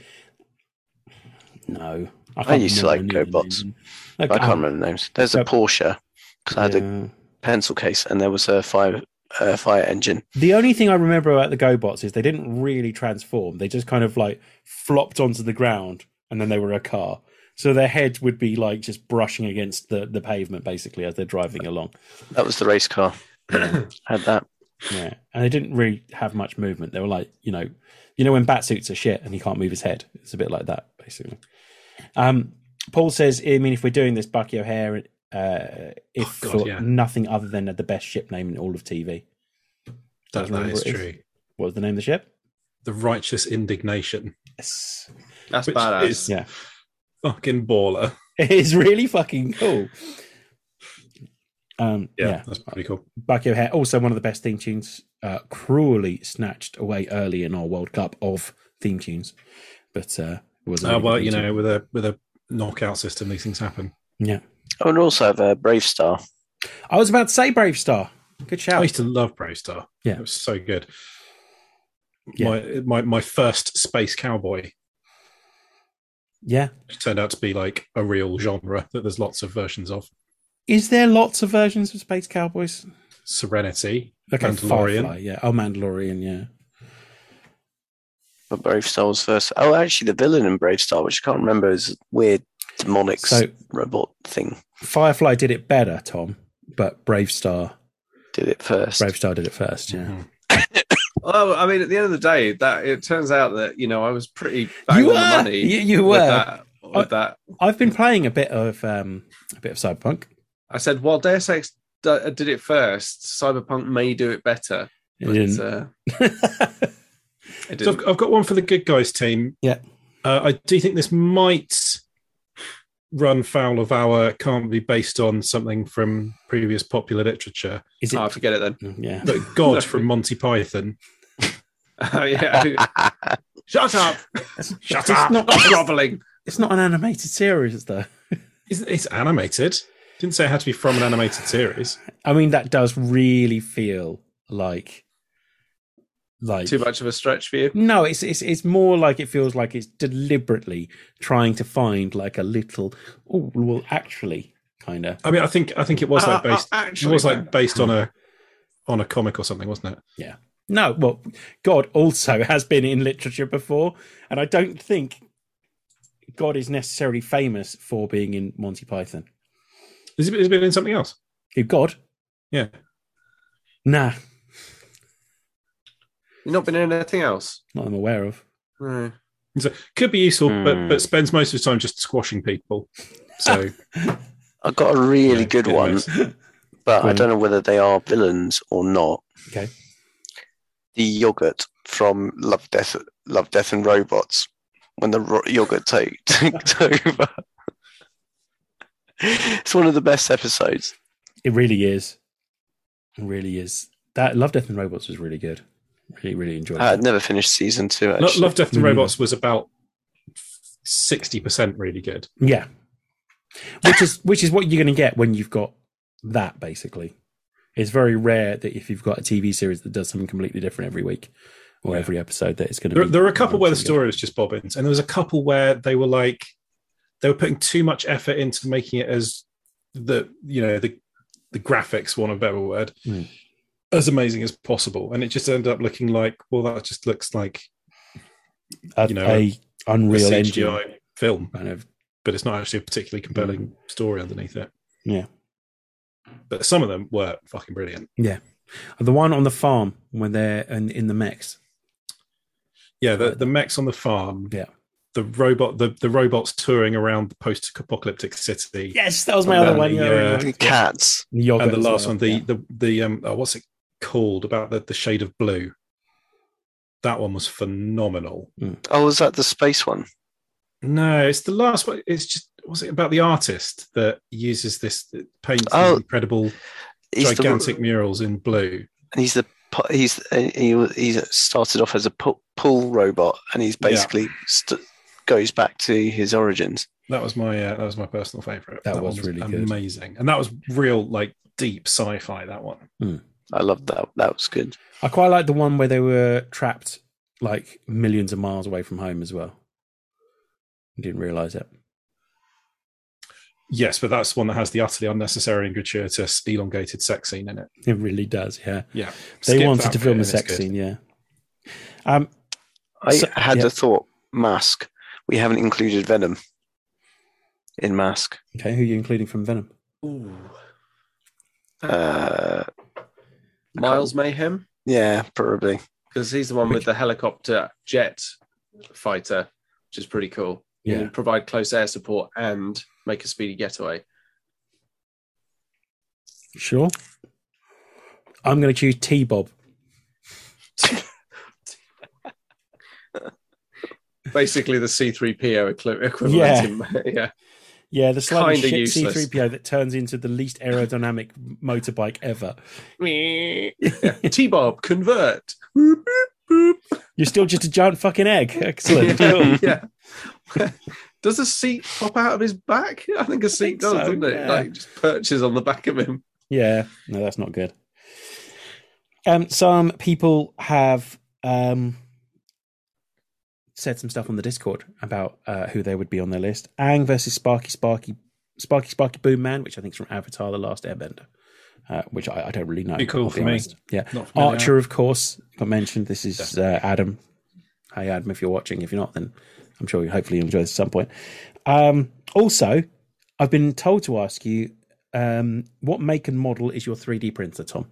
[SPEAKER 1] "No,
[SPEAKER 4] I used to
[SPEAKER 1] remember the name.
[SPEAKER 4] like Gobots.
[SPEAKER 1] Like,
[SPEAKER 4] I can't
[SPEAKER 1] um,
[SPEAKER 4] remember the names. There's a
[SPEAKER 1] Yep.
[SPEAKER 4] Porsche because I had a
[SPEAKER 1] yeah.
[SPEAKER 4] pencil case, and there was a fire uh, fire engine.
[SPEAKER 1] The only thing I remember about the gobots is they didn't really transform. They just kind of like flopped onto the ground, and then they were a car. So their head would be like just brushing against the, the pavement basically as they're driving along.
[SPEAKER 4] That was the race car. had that.
[SPEAKER 1] Yeah, and they didn't really have much movement. They were like, you know, you know when bat suits are shit and he can't move his head. It's a bit like that, basically. Um, Paul says, I mean, if we're doing this, Bucky O'Hare, uh, if
[SPEAKER 2] Oh, God,
[SPEAKER 1] for
[SPEAKER 2] yeah.
[SPEAKER 1] nothing other than the best ship name in all of TV,
[SPEAKER 2] That- that
[SPEAKER 1] remember
[SPEAKER 2] is
[SPEAKER 1] it is.
[SPEAKER 2] true.
[SPEAKER 1] what was the name of the ship?
[SPEAKER 2] The righteous indignation.
[SPEAKER 1] Yes,
[SPEAKER 3] That's
[SPEAKER 2] Which
[SPEAKER 3] badass.
[SPEAKER 2] is
[SPEAKER 1] Yeah.
[SPEAKER 2] fucking baller.
[SPEAKER 1] it is really fucking cool. Um,
[SPEAKER 2] Yeah,
[SPEAKER 1] yeah,
[SPEAKER 2] that's pretty cool.
[SPEAKER 1] Bucky O'Hare, also one of the best theme tunes, uh, cruelly snatched away early in our World Cup of theme tunes, but uh, it was a
[SPEAKER 2] Uh,
[SPEAKER 1] really good
[SPEAKER 2] well,
[SPEAKER 1] theme
[SPEAKER 2] you
[SPEAKER 1] tune.
[SPEAKER 2] know, with a with a knockout system, these things happen.
[SPEAKER 1] yeah.
[SPEAKER 4] I would also have a Brave Star.
[SPEAKER 1] I was about to say Brave Star. Good
[SPEAKER 2] I
[SPEAKER 1] shout.
[SPEAKER 2] used to love Brave Star.
[SPEAKER 1] Yeah.
[SPEAKER 2] it was so good.
[SPEAKER 1] Yeah.
[SPEAKER 2] My, my my first space cowboy
[SPEAKER 1] Yeah.
[SPEAKER 2] which turned out to be like a real genre that there's lots of versions of.
[SPEAKER 1] Is there lots of versions of Space Cowboys?
[SPEAKER 2] Serenity,
[SPEAKER 1] Okay,
[SPEAKER 2] Mandalorian.
[SPEAKER 1] Firefly, yeah. Oh, Mandalorian, yeah.
[SPEAKER 4] But Brave Star was first. Oh, actually, the villain in Brave Star, which I can't remember, is a weird demonic
[SPEAKER 1] So
[SPEAKER 4] robot thing.
[SPEAKER 1] Firefly did it better, Tom, but Brave Star,
[SPEAKER 4] Did it first.
[SPEAKER 1] Brave Star did it first, yeah.
[SPEAKER 2] Mhm.
[SPEAKER 3] Well, I mean, at the end of the day, that it turns out that you know I was pretty bang
[SPEAKER 1] you
[SPEAKER 3] on
[SPEAKER 1] were,
[SPEAKER 3] the money.
[SPEAKER 1] you, you
[SPEAKER 3] with
[SPEAKER 1] were.
[SPEAKER 3] that. With
[SPEAKER 1] I-
[SPEAKER 3] that,
[SPEAKER 1] I've been playing a bit of um, a bit of Cyberpunk.
[SPEAKER 3] I said, while Deus Ex d- did it first, Cyberpunk may do it better.
[SPEAKER 1] It
[SPEAKER 3] But,
[SPEAKER 1] didn't-
[SPEAKER 3] uh, it
[SPEAKER 2] So
[SPEAKER 3] didn't.
[SPEAKER 2] I've, I've got one for the good guys team.
[SPEAKER 1] Yeah.
[SPEAKER 2] uh, I do think this might run foul of our can't be based on something from previous popular literature,
[SPEAKER 1] Is it?
[SPEAKER 3] Oh, forget it then.
[SPEAKER 1] yeah.
[SPEAKER 2] but God from Monty Python.
[SPEAKER 3] Oh, yeah. Shut up!
[SPEAKER 2] Shut
[SPEAKER 1] It's
[SPEAKER 2] up!
[SPEAKER 1] not,
[SPEAKER 3] Stop groveling.
[SPEAKER 1] it's not an animated series, though.
[SPEAKER 2] It's, it's animated. Didn't say it had to be from an animated series.
[SPEAKER 1] I mean, that does really feel like. like
[SPEAKER 3] Too much of a stretch for you.
[SPEAKER 1] No, it's it's it's more like it feels like it's deliberately trying to find like a little oh well actually kind of
[SPEAKER 2] I mean, I think I think it was like
[SPEAKER 3] Uh, uh,
[SPEAKER 2] based. it
[SPEAKER 3] actually,
[SPEAKER 2] was like based on a on a comic or something, wasn't it?
[SPEAKER 1] no well God also has been in literature before and I don't think God is necessarily famous for being in Monty Python.
[SPEAKER 2] Has it has it been in something else?
[SPEAKER 1] Who God?
[SPEAKER 2] Yeah.
[SPEAKER 1] Nah,
[SPEAKER 3] you've not been in anything else.
[SPEAKER 1] not that I'm aware of.
[SPEAKER 3] No.
[SPEAKER 2] So could be useful, but
[SPEAKER 4] Hmm.
[SPEAKER 2] but spends most of his time just squashing people. So
[SPEAKER 4] I got a really
[SPEAKER 2] Yeah,
[SPEAKER 4] good
[SPEAKER 2] it
[SPEAKER 4] one,
[SPEAKER 2] was.
[SPEAKER 4] but I
[SPEAKER 1] Right.
[SPEAKER 4] don't know whether they are villains or not.
[SPEAKER 1] Okay.
[SPEAKER 4] The yogurt from Love, Death Love, Death and Robots when the ro- yogurt take takes over. it's one of the best episodes.
[SPEAKER 1] It really is. It really is. That Love, Death and Robots was really good. Really, really enjoyed
[SPEAKER 4] I
[SPEAKER 1] it.
[SPEAKER 4] never finished season two.
[SPEAKER 2] Lo-
[SPEAKER 4] Actually,
[SPEAKER 2] Love, Death, and
[SPEAKER 1] Mm.
[SPEAKER 2] Robots was about sixty percent really good.
[SPEAKER 1] Yeah. Which is which is what you're going to get when you've got that basically. It's very rare that if you've got a TV series that does something completely different every week or
[SPEAKER 2] Yeah.
[SPEAKER 1] every episode that it's going to
[SPEAKER 2] There,
[SPEAKER 1] be
[SPEAKER 2] there were a couple where the
[SPEAKER 1] Yeah.
[SPEAKER 2] story was just bobbins, and there was a couple where they were like they were putting too much effort into making it as the you know the the graphics, want a better word,
[SPEAKER 1] Mm.
[SPEAKER 2] as amazing as possible, and it just ended up looking like well that just looks like
[SPEAKER 1] a,
[SPEAKER 2] you
[SPEAKER 1] a
[SPEAKER 2] know, a
[SPEAKER 1] unreal engine
[SPEAKER 2] CGI film,
[SPEAKER 1] kind of
[SPEAKER 2] but it's not actually a particularly compelling story underneath it.
[SPEAKER 1] yeah.
[SPEAKER 2] But some of them were fucking brilliant.
[SPEAKER 1] The one on the farm when they're in, in the mechs.
[SPEAKER 2] Yeah, the, the mechs on the farm.
[SPEAKER 1] Yeah.
[SPEAKER 2] The robot, the, the robots touring around the post-apocalyptic city.
[SPEAKER 1] Yes, that was my
[SPEAKER 2] And
[SPEAKER 1] other
[SPEAKER 2] then
[SPEAKER 1] one.
[SPEAKER 2] the,
[SPEAKER 1] Yeah,
[SPEAKER 2] uh,
[SPEAKER 4] Cats.
[SPEAKER 1] Yogurt
[SPEAKER 2] and the
[SPEAKER 1] as
[SPEAKER 2] last
[SPEAKER 1] well,
[SPEAKER 2] one, the
[SPEAKER 1] yeah.
[SPEAKER 2] the the um, oh, what's it called? About the the shade of blue. That one was phenomenal.
[SPEAKER 4] Oh, was that the space one?
[SPEAKER 2] No, it's the last one. It's just was it about the artist that uses this that paints these
[SPEAKER 4] Oh.
[SPEAKER 2] incredible
[SPEAKER 4] He's
[SPEAKER 2] gigantic
[SPEAKER 4] the
[SPEAKER 2] murals in blue.
[SPEAKER 4] and he's the pu- he's uh, he he's started off as a pu- pool robot, and he's
[SPEAKER 2] Yeah.
[SPEAKER 4] basically st- goes back to his origins.
[SPEAKER 2] That was my uh, that was my personal favorite.
[SPEAKER 1] That
[SPEAKER 2] one
[SPEAKER 1] was really good.
[SPEAKER 2] amazing, and that was real like deep sci-fi. That one.
[SPEAKER 4] I loved that. That was good.
[SPEAKER 1] I quite like the one where they were trapped like millions of miles away from home as well. I didn't realize it.
[SPEAKER 2] Yes, but that's one that has the utterly unnecessary and gratuitous elongated sex scene in it.
[SPEAKER 1] It really does, yeah.
[SPEAKER 2] Yeah,
[SPEAKER 1] They
[SPEAKER 2] Skip
[SPEAKER 1] wanted
[SPEAKER 2] that
[SPEAKER 1] to
[SPEAKER 2] bit
[SPEAKER 1] film
[SPEAKER 2] and
[SPEAKER 1] a
[SPEAKER 2] it's
[SPEAKER 1] sex
[SPEAKER 2] good.
[SPEAKER 1] scene, yeah. Um,
[SPEAKER 4] I
[SPEAKER 1] So-
[SPEAKER 4] had
[SPEAKER 1] yeah.
[SPEAKER 4] the thought Mask. We haven't included Venom in Mask.
[SPEAKER 1] okay, who are you including from Venom?
[SPEAKER 3] Ooh. Oh.
[SPEAKER 4] Uh,
[SPEAKER 3] Miles Mayhem
[SPEAKER 4] yeah, probably.
[SPEAKER 3] because he's the one with the helicopter jet fighter, which is pretty cool. You
[SPEAKER 1] Yeah.
[SPEAKER 3] can provide close air support and make a speedy getaway.
[SPEAKER 1] Sure. I'm going to choose T Bob.
[SPEAKER 3] Basically, the C3PO equi- equivalent.
[SPEAKER 1] Yeah.
[SPEAKER 3] in- yeah.
[SPEAKER 1] Yeah, the slightly
[SPEAKER 3] Kinda
[SPEAKER 1] shit
[SPEAKER 3] useless.
[SPEAKER 1] C3PO that turns into the least aerodynamic motorbike ever.
[SPEAKER 3] yeah. T Bob, convert.
[SPEAKER 1] You're still just a giant fucking egg. Excellent.
[SPEAKER 3] yeah. does a seat pop out of his back? I think a seat
[SPEAKER 1] think
[SPEAKER 3] does,
[SPEAKER 1] so,
[SPEAKER 3] doesn't it?
[SPEAKER 1] yeah.
[SPEAKER 3] Like just perches on the back of him.
[SPEAKER 1] Yeah, no, that's not good. Um, some people have um, said some stuff on the Discord about uh, who they would be on their list. Ang versus Sparky Sparky Sparky Sparky Boom Man, which I think is from Avatar: The Last Airbender, uh, which I, I don't really know.
[SPEAKER 2] Be cool
[SPEAKER 1] I'll
[SPEAKER 2] for me.
[SPEAKER 1] honest. Yeah,
[SPEAKER 2] Not familiar.
[SPEAKER 1] Archer, of course, got mentioned. This is uh, Adam. Hi, Adam, if you're watching. If you're not, then I'm sure you hopefully you'll enjoy this at some point. Um, also, I've been told to ask you um, what make and model is your 3D printer, Tom?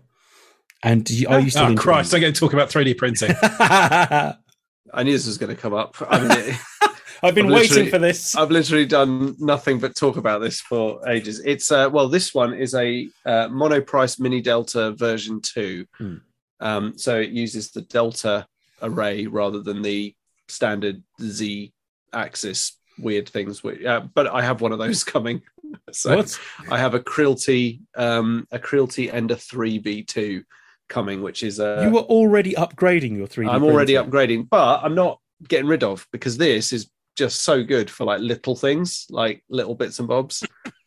[SPEAKER 1] And do you, are you still
[SPEAKER 3] Ah,
[SPEAKER 2] Oh
[SPEAKER 1] in-
[SPEAKER 2] Christ! I'm going to talk about 3D printing.
[SPEAKER 1] I've
[SPEAKER 3] I knew this was going to come up. I mean,
[SPEAKER 1] been
[SPEAKER 3] I'm
[SPEAKER 1] waiting
[SPEAKER 3] literally-
[SPEAKER 1] for this.
[SPEAKER 3] I've literally done nothing but talk about this for ages. It's uh, well, this one is a uh, monoprice mini delta version two,
[SPEAKER 1] Hmm.
[SPEAKER 3] um, so it uses the delta array rather than the standard z axis weird things. Which, uh, but I have one of those coming. So
[SPEAKER 1] What?
[SPEAKER 3] I have a Crealty, um, a Crealty Ender three B two coming, which is a
[SPEAKER 1] you were already upgrading your 3D.
[SPEAKER 3] uh, I'm already
[SPEAKER 1] printer.
[SPEAKER 3] upgrading, but I'm not getting rid of because this is just so good for like little things, like little bits and bobs.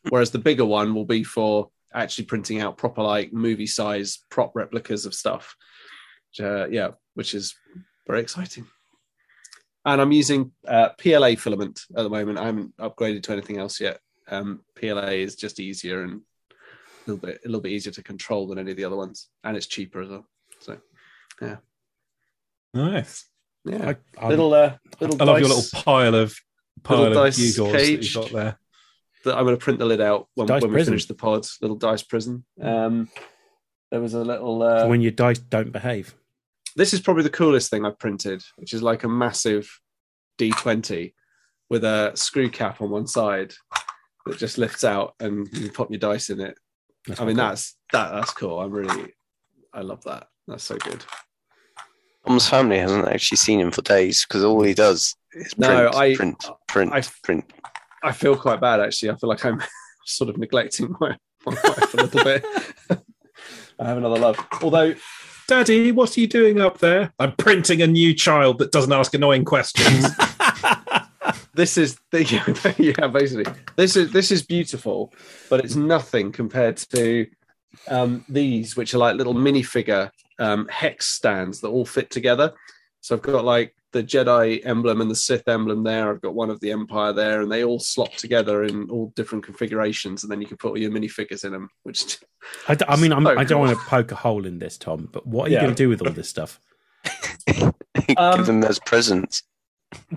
[SPEAKER 3] Whereas the bigger one will be for actually printing out proper like movie size prop replicas of stuff. Which, uh, yeah, which is very exciting. And I'm using uh, PLA filament at the moment. I haven't upgraded to anything else yet. Um, PLA is just easier and a little bit a little bit easier to control than any of the other ones, and it's cheaper as well.
[SPEAKER 2] nice.
[SPEAKER 3] Yeah.
[SPEAKER 1] I, I'm-
[SPEAKER 3] little uh, little
[SPEAKER 2] Um, I love your
[SPEAKER 3] dice
[SPEAKER 2] little pile of pile
[SPEAKER 3] Little
[SPEAKER 2] of
[SPEAKER 3] dice
[SPEAKER 2] bugles that
[SPEAKER 3] cage.
[SPEAKER 2] you've got there.
[SPEAKER 3] that I'm going to print the lid out when,
[SPEAKER 1] Dice
[SPEAKER 3] when we
[SPEAKER 1] prison.
[SPEAKER 3] finish the pod. Little dice prison.
[SPEAKER 2] Mm.
[SPEAKER 3] Um, there was a little. Uh,
[SPEAKER 1] when your dice don't behave.
[SPEAKER 3] this is probably the coolest thing I've printed, which is like a massive D20 with a screw cap on one side that just lifts out and you pop your dice in it.
[SPEAKER 1] That's
[SPEAKER 3] I mean,
[SPEAKER 1] not
[SPEAKER 3] that's that that's cool. I'm really, I love that. That's so good.
[SPEAKER 4] Tom's family hasn't actually seen him for days because all he does is print,
[SPEAKER 3] No, I-
[SPEAKER 4] print, print,
[SPEAKER 3] I-
[SPEAKER 4] print.
[SPEAKER 3] I feel quite bad actually. I feel like I'm sort of neglecting my, my wife a little bit. I have another love. Although
[SPEAKER 2] Daddy, what are you doing up there? I'm printing a new child that doesn't ask annoying questions.
[SPEAKER 3] this is the, yeah, basically this is this is beautiful, but it's nothing compared to um, these, which are like little minifigure um, hex stands that all fit together. So I've got like the Jedi emblem and the Sith emblem there. I've got one of the Empire there, and they all slot together in all different configurations, and then you can put all your minifigures in them, which
[SPEAKER 1] I, d- I mean, I'm,
[SPEAKER 3] So
[SPEAKER 1] I don't
[SPEAKER 3] cool.
[SPEAKER 1] want to poke a hole in this, Tom. But what are you
[SPEAKER 2] Yeah.
[SPEAKER 1] going to do with all this stuff?
[SPEAKER 3] Um,
[SPEAKER 4] Give them those presents.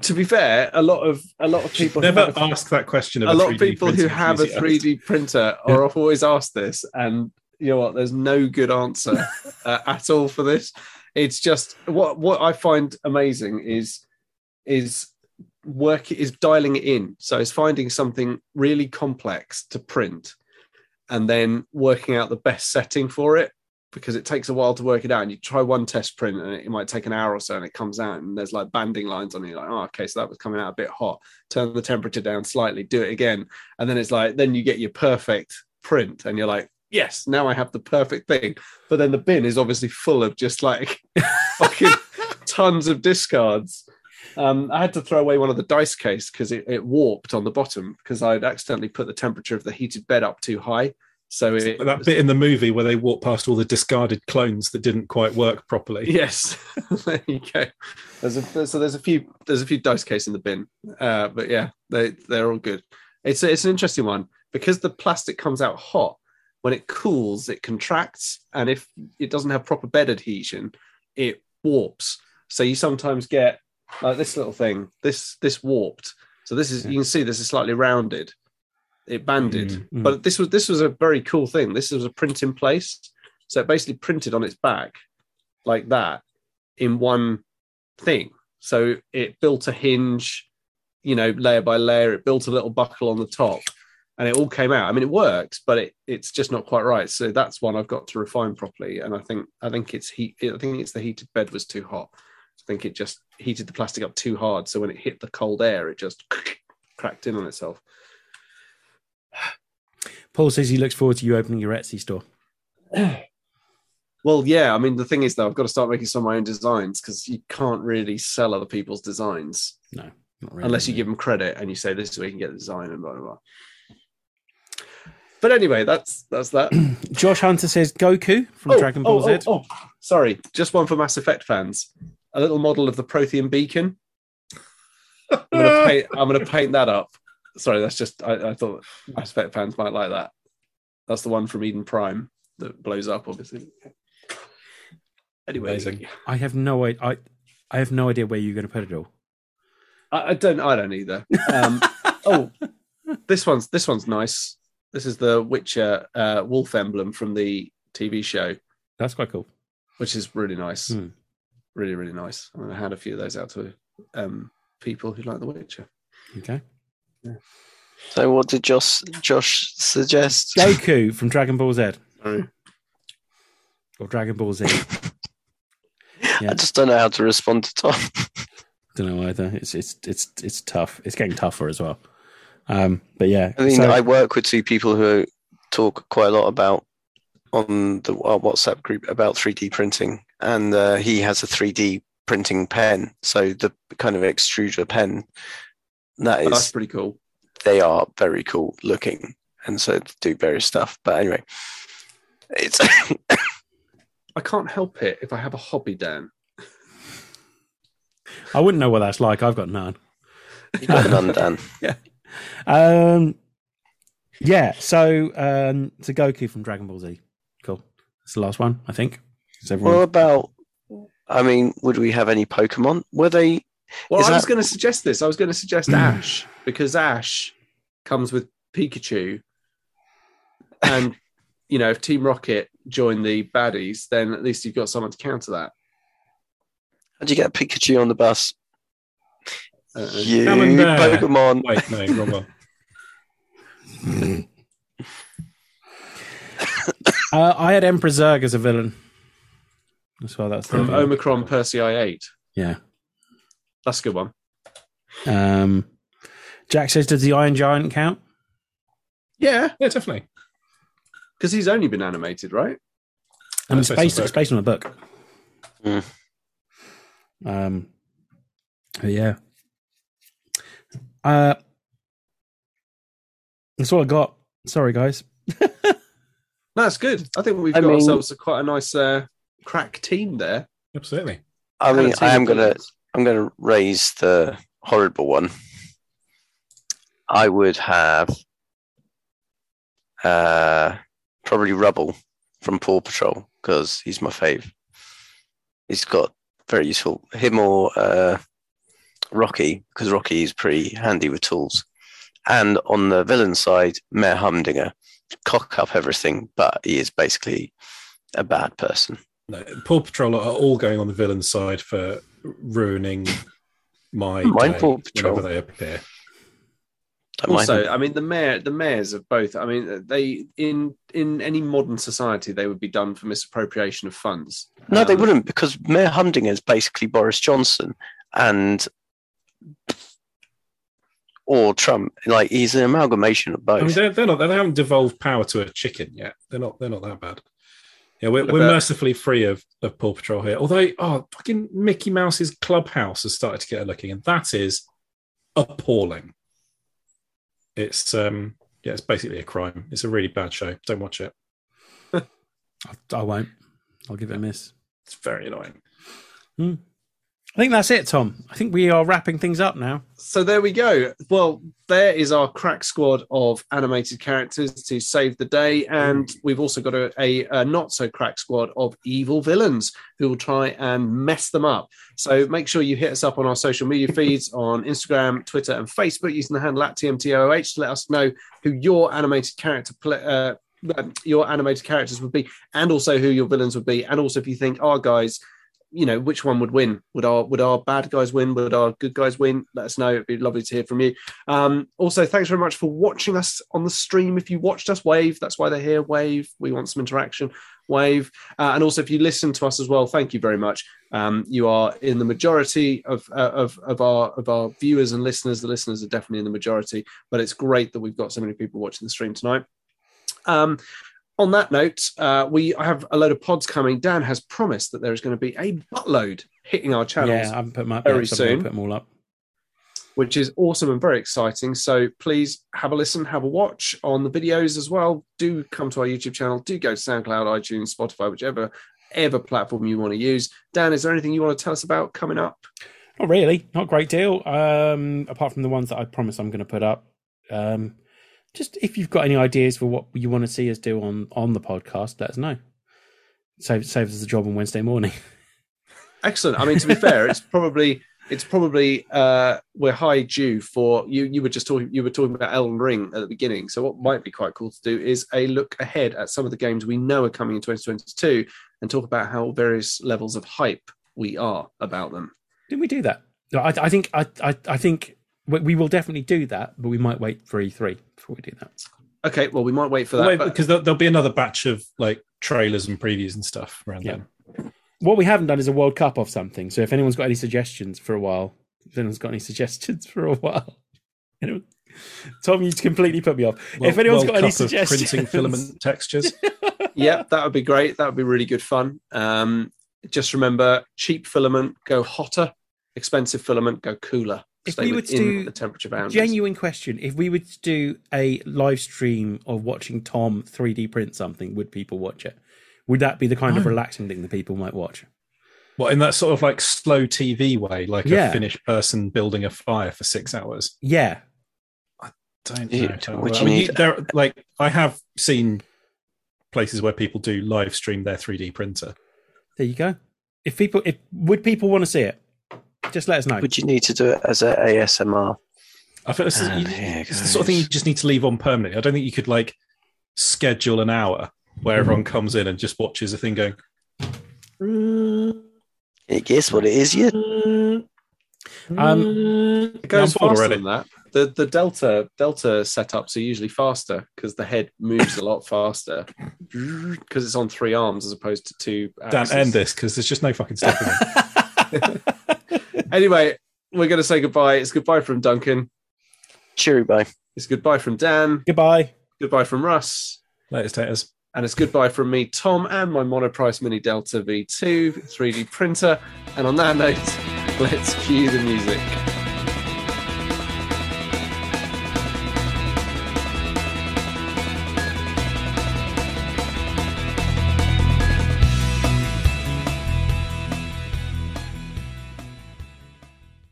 [SPEAKER 3] to be fair, a lot of a lot of people who
[SPEAKER 2] Never
[SPEAKER 3] have-
[SPEAKER 2] ask that question of
[SPEAKER 3] a
[SPEAKER 2] a
[SPEAKER 3] lot
[SPEAKER 2] 3D
[SPEAKER 3] of people who
[SPEAKER 2] printing
[SPEAKER 3] have a
[SPEAKER 2] enthusiast.
[SPEAKER 3] 3D printer are always asked this, and you know what? There's no good answer uh, at all for this. It's just what what I find amazing is is work is dialing it in. So it's finding something really complex to print, and then working out the best setting for it because it takes a while to work it out. And you try one test print, and it might take an hour or so, and it comes out, and there's like banding lines on it. You're like, oh, okay, so that was coming out a bit hot turn the temperature down slightly, do it again. And then it's like, then you get your perfect print and you're like, yes, now I have the perfect thing. But then the bin is obviously full of just like fucking tons of discards. Um, I had to throw away one of the dice case because it, it warped on the bottom because I'd accidentally put the temperature of the heated bed up too high. So it,
[SPEAKER 2] That bit in the movie where they walk past all the discarded clones that didn't quite work properly.
[SPEAKER 3] Yes, there you go. There's a so there's a few there's a few dice case in the bin, uh, but yeah, they they're all good. It's a, it's an interesting one because the plastic comes out hot. When it cools, it contracts, and if it doesn't have proper bed adhesion, it warps. So you sometimes get like this little thing, this this warped. So this is you can see this is slightly rounded, it banded.
[SPEAKER 2] Mm,
[SPEAKER 1] mm.
[SPEAKER 3] But this was this was a very cool thing. This was a print in place, so it basically printed on its back like that in one thing. So it built a hinge, you know, layer by layer. It built a little buckle on the top, and it all came out. I mean, it works, but it, it's just not quite right. So that's one I've got to refine properly. And I think I think it's heat. I think it's the heated bed was too hot. I think it just heated the plastic up too hard. So when it hit the cold air, it just cracked in on itself.
[SPEAKER 1] Paul says he looks forward to you opening your Etsy store.
[SPEAKER 3] Well, yeah. I mean, the thing is, though, I've got to start making some of my own designs because you can't really sell other people's designs
[SPEAKER 1] Not really,
[SPEAKER 3] unless you give them credit and you say this is where you can get the design and blah blah blah. But anyway, that's that's that.
[SPEAKER 1] Josh Hunter says Goku from
[SPEAKER 3] Oh,
[SPEAKER 1] Dragon Ball
[SPEAKER 3] oh, oh,
[SPEAKER 1] Z.
[SPEAKER 3] Oh, sorry, just one for Mass Effect fans. A little model of the Prothean beacon. I'm gonna paint, I'm gonna paint that up. Sorry, that's just I, I thought Mass Effect fans might like that. That's the one from Eden Prime that blows up, obviously. Anyway,
[SPEAKER 2] Amazing.
[SPEAKER 1] I have no idea. I, I have no idea where you're going to put it all.
[SPEAKER 3] I, I don't. I don't either. Um, oh, this one's this one's nice. This is the Witcher uh, wolf emblem from the TV show,
[SPEAKER 1] That's quite cool.
[SPEAKER 3] which is really nice.
[SPEAKER 1] Hmm.
[SPEAKER 3] Really, really nice. I'm gonna hand a few of those out to um, people who like the Witcher.
[SPEAKER 1] Okay.
[SPEAKER 4] So, what did Josh Josh suggest?
[SPEAKER 1] Goku from Dragon Ball Z
[SPEAKER 3] Sorry.
[SPEAKER 1] or Dragon Ball Z.
[SPEAKER 4] I just don't know how to respond to Tom.
[SPEAKER 1] Don't know either. It's it's it's it's tough. It's getting tougher as well. Um, but yeah,
[SPEAKER 4] I mean,
[SPEAKER 1] so-
[SPEAKER 4] I work with two people who talk quite a lot about on the our WhatsApp group about 3D printing, and uh, he has a 3D printing pen, so the kind of extruder pen. That
[SPEAKER 3] Oh,
[SPEAKER 4] is,
[SPEAKER 3] that's pretty cool.
[SPEAKER 4] they are very cool looking, and so they do various stuff. But anyway, it's
[SPEAKER 3] I can't help it if I have a hobby, Dan.
[SPEAKER 1] I wouldn't know what that's like. I've got none.
[SPEAKER 4] you got none done.
[SPEAKER 1] Um, yeah. So um, so Goku from Dragon Ball Z. Cool. That's the last one, I think. Is everyone?
[SPEAKER 4] What about? I mean, would we have any Pokemon? Were they?
[SPEAKER 3] Well,
[SPEAKER 4] Is
[SPEAKER 3] I
[SPEAKER 4] that-
[SPEAKER 3] was going to suggest this. I was going to suggest Ash because Ash comes with Pikachu, and you know if Team Rocket join the baddies, then at least you've got someone to counter that.
[SPEAKER 4] How'd you get Pikachu on the bus?
[SPEAKER 3] Uh,
[SPEAKER 4] You
[SPEAKER 2] Come in there.
[SPEAKER 4] Pokemon.
[SPEAKER 2] Wait, no, wrong one.
[SPEAKER 1] Mm. Uh, I had Emperor Zurg as a villain. as well. That's the
[SPEAKER 3] From
[SPEAKER 1] other one.
[SPEAKER 3] um, Omicron Percy I8.
[SPEAKER 1] Yeah.
[SPEAKER 3] That's a good one.
[SPEAKER 1] Um, Jack says, "Does the Iron Giant count?"
[SPEAKER 3] Yeah,
[SPEAKER 2] Yeah, definitely.
[SPEAKER 3] because he's only been animated, right?
[SPEAKER 1] I mean,
[SPEAKER 2] That's
[SPEAKER 1] it's
[SPEAKER 2] based on
[SPEAKER 1] based,
[SPEAKER 2] a
[SPEAKER 1] it's
[SPEAKER 2] book.
[SPEAKER 1] based on a book.
[SPEAKER 4] Mm.
[SPEAKER 1] Um, but yeah. Uh, that's all I got. Sorry, guys.
[SPEAKER 3] No, that's good. I think we've
[SPEAKER 4] I
[SPEAKER 3] got
[SPEAKER 4] mean-
[SPEAKER 3] ourselves a quite a nice uh, crack team there.
[SPEAKER 2] Absolutely.
[SPEAKER 4] I
[SPEAKER 3] Had a
[SPEAKER 4] mean,
[SPEAKER 3] team
[SPEAKER 4] I am
[SPEAKER 3] of
[SPEAKER 4] gonna
[SPEAKER 3] villains.
[SPEAKER 4] I'm gonna raise the horrible one. I would have uh, probably Rubble from Paw Patrol because he's my fave. He's got very useful him or uh, Rocky because Rocky is pretty handy with tools. And on the villain side, Mayor Humdinger cock up everything, but he is basically a bad person.
[SPEAKER 2] No, Paw Patrol are all going on the villain side for ruining my
[SPEAKER 4] Mine
[SPEAKER 2] day
[SPEAKER 4] Paw Patrol.
[SPEAKER 2] whenever they appear.
[SPEAKER 4] Don't mind
[SPEAKER 3] Also,
[SPEAKER 4] him.
[SPEAKER 3] I mean, the mayor, the mayors of both. I mean, they in in any modern society they would be done for misappropriation of funds.
[SPEAKER 4] No, they
[SPEAKER 3] Um,
[SPEAKER 4] wouldn't because Mayor Humdinger is basically Boris Johnson and or Trump. Like he's an amalgamation of both.
[SPEAKER 2] I mean, they're, they're not. They haven't devolved power to a chicken yet. They're not. They're not that bad. Yeah, we're,
[SPEAKER 3] But
[SPEAKER 2] we're
[SPEAKER 3] they're-
[SPEAKER 2] mercifully free of, of Paw Patrol here. Although, oh, fucking Mickey Mouse's clubhouse has started to get a looking, and that is appalling. It's um, yeah, it's basically a crime. It's a really bad show. Don't watch it.
[SPEAKER 1] I, I won't. I'll give it a miss. Hmm.
[SPEAKER 2] It's very annoying.
[SPEAKER 1] I think that's it, Tom. I think we are wrapping things up now.
[SPEAKER 3] So there we go. Well, there is our crack squad of animated characters to save the day, and we've also got a, a, a not so crack squad of evil villains who will try and mess them up. So make sure you hit us up on our social media feeds on Instagram, Twitter, and Facebook using the handle at TMTOOH to let us know who your animated character pla Uh, um, your animated characters would be, and also who your villains would be, and also if you think our guys you know which one would win would our would our bad guys win would our good guys win let us know it'd be lovely to hear from you um also thanks very much for watching us on the stream if you watched us wave that's why they're here wave we want some interaction wave uh, and also if you listen to us as well thank you very much um you are in the majority of uh, of of our of our viewers and listeners the listeners are definitely in the majority but it's great that we've got so many people watching the stream tonight um on that note, uh, we have a load of pods coming. Dan has promised that there is going to be a buttload hitting our channels,
[SPEAKER 1] Yeah, I haven't put my
[SPEAKER 3] Very
[SPEAKER 1] yeah, so I'm gonna
[SPEAKER 3] soon.
[SPEAKER 1] Put them all up.
[SPEAKER 3] which is awesome and very exciting. So please have a listen, have a watch on the videos as well. Do come to our YouTube channel. Do go to SoundCloud, iTunes, Spotify, whichever ever platform you want to use. Dan, is there anything you want to tell us about coming up?
[SPEAKER 1] Not really. Not a great deal. Um, apart from the ones that I promise I'm going to put up. Um, just if you've got any ideas for what you want to see us do on on the podcast, let us know. Save save us the job on Wednesday morning.
[SPEAKER 3] Excellent. I mean, to be fair, it's probably it's probably uh, we're high due for you. You were just talking you were talking about Elden Ring at the beginning. So what might be quite cool to do is a look ahead at some of the games we know are coming in 2022 and talk about how various levels of hype we are about them.
[SPEAKER 1] Didn't we do that? No, I, I think I, I I think we- we will definitely do that, but we might wait for E3 before we do that.
[SPEAKER 3] Okay, well we might wait for that.
[SPEAKER 2] Wait,
[SPEAKER 3] but-
[SPEAKER 2] because there'll, there'll be another batch of like trailers and previews and stuff around
[SPEAKER 1] Yeah.
[SPEAKER 2] then.
[SPEAKER 1] What we haven't done is a World Cup of something. So if anyone's got any suggestions for a while, if anyone's got any suggestions for a while, anyone, Tom, you completely put me off. if anyone's
[SPEAKER 2] World
[SPEAKER 1] got any
[SPEAKER 2] Cup of
[SPEAKER 1] suggestions,
[SPEAKER 2] printing filament textures.
[SPEAKER 3] yeah, that would be great. That would be really good fun. Um, just remember, cheap filament go hotter, expensive filament go cooler.
[SPEAKER 1] If
[SPEAKER 3] Stay
[SPEAKER 1] we were to
[SPEAKER 3] within
[SPEAKER 1] do
[SPEAKER 3] the temperature boundaries.
[SPEAKER 1] Genuine question: If we were to do a live stream of watching Tom 3D print something, would people watch it? Would that be the kind of
[SPEAKER 2] No.
[SPEAKER 1] relaxing thing that people might watch?
[SPEAKER 2] Well, in that sort of like slow TV way, like
[SPEAKER 1] Yeah.
[SPEAKER 2] a Finnish person building a fire for six hours.
[SPEAKER 1] Yeah,
[SPEAKER 2] Don't
[SPEAKER 4] Yeah,
[SPEAKER 2] know. Don't
[SPEAKER 4] which
[SPEAKER 2] know. I
[SPEAKER 4] you
[SPEAKER 2] mean,
[SPEAKER 4] need-
[SPEAKER 2] you- there, like I have seen places where people do live stream their 3D printer.
[SPEAKER 1] there you go. If people, if would people want to see it? Just let us know.
[SPEAKER 4] Would you need to do it as a ASMR?
[SPEAKER 2] I feel this is,
[SPEAKER 4] Oh,
[SPEAKER 2] you-
[SPEAKER 4] dear
[SPEAKER 2] it's the sort of thing you
[SPEAKER 4] gosh.
[SPEAKER 2] just need to leave on permanently. I don't think you could like schedule an hour
[SPEAKER 1] Hmm.
[SPEAKER 2] where everyone comes in and just watches a thing going.
[SPEAKER 4] Can you guess what it is yet?
[SPEAKER 1] Um,
[SPEAKER 3] it goes
[SPEAKER 2] I'm bored
[SPEAKER 3] faster
[SPEAKER 2] Um, already.
[SPEAKER 3] than that. the the delta delta setups are usually faster because the head moves a lot faster because it's on three arms as opposed to two.
[SPEAKER 2] Dan,
[SPEAKER 3] Axes.
[SPEAKER 2] end this because there's just no fucking stopping it.
[SPEAKER 3] Anyway, we're going to say goodbye. It's goodbye from Duncan.
[SPEAKER 4] Cheery bye.
[SPEAKER 3] It's goodbye from Dan.
[SPEAKER 1] Goodbye.
[SPEAKER 3] Goodbye from Russ.
[SPEAKER 2] Latest taters.
[SPEAKER 3] And it's goodbye from me, Tom, and my Monoprice Mini Delta V2 3D printer. And on that note, let's cue the music.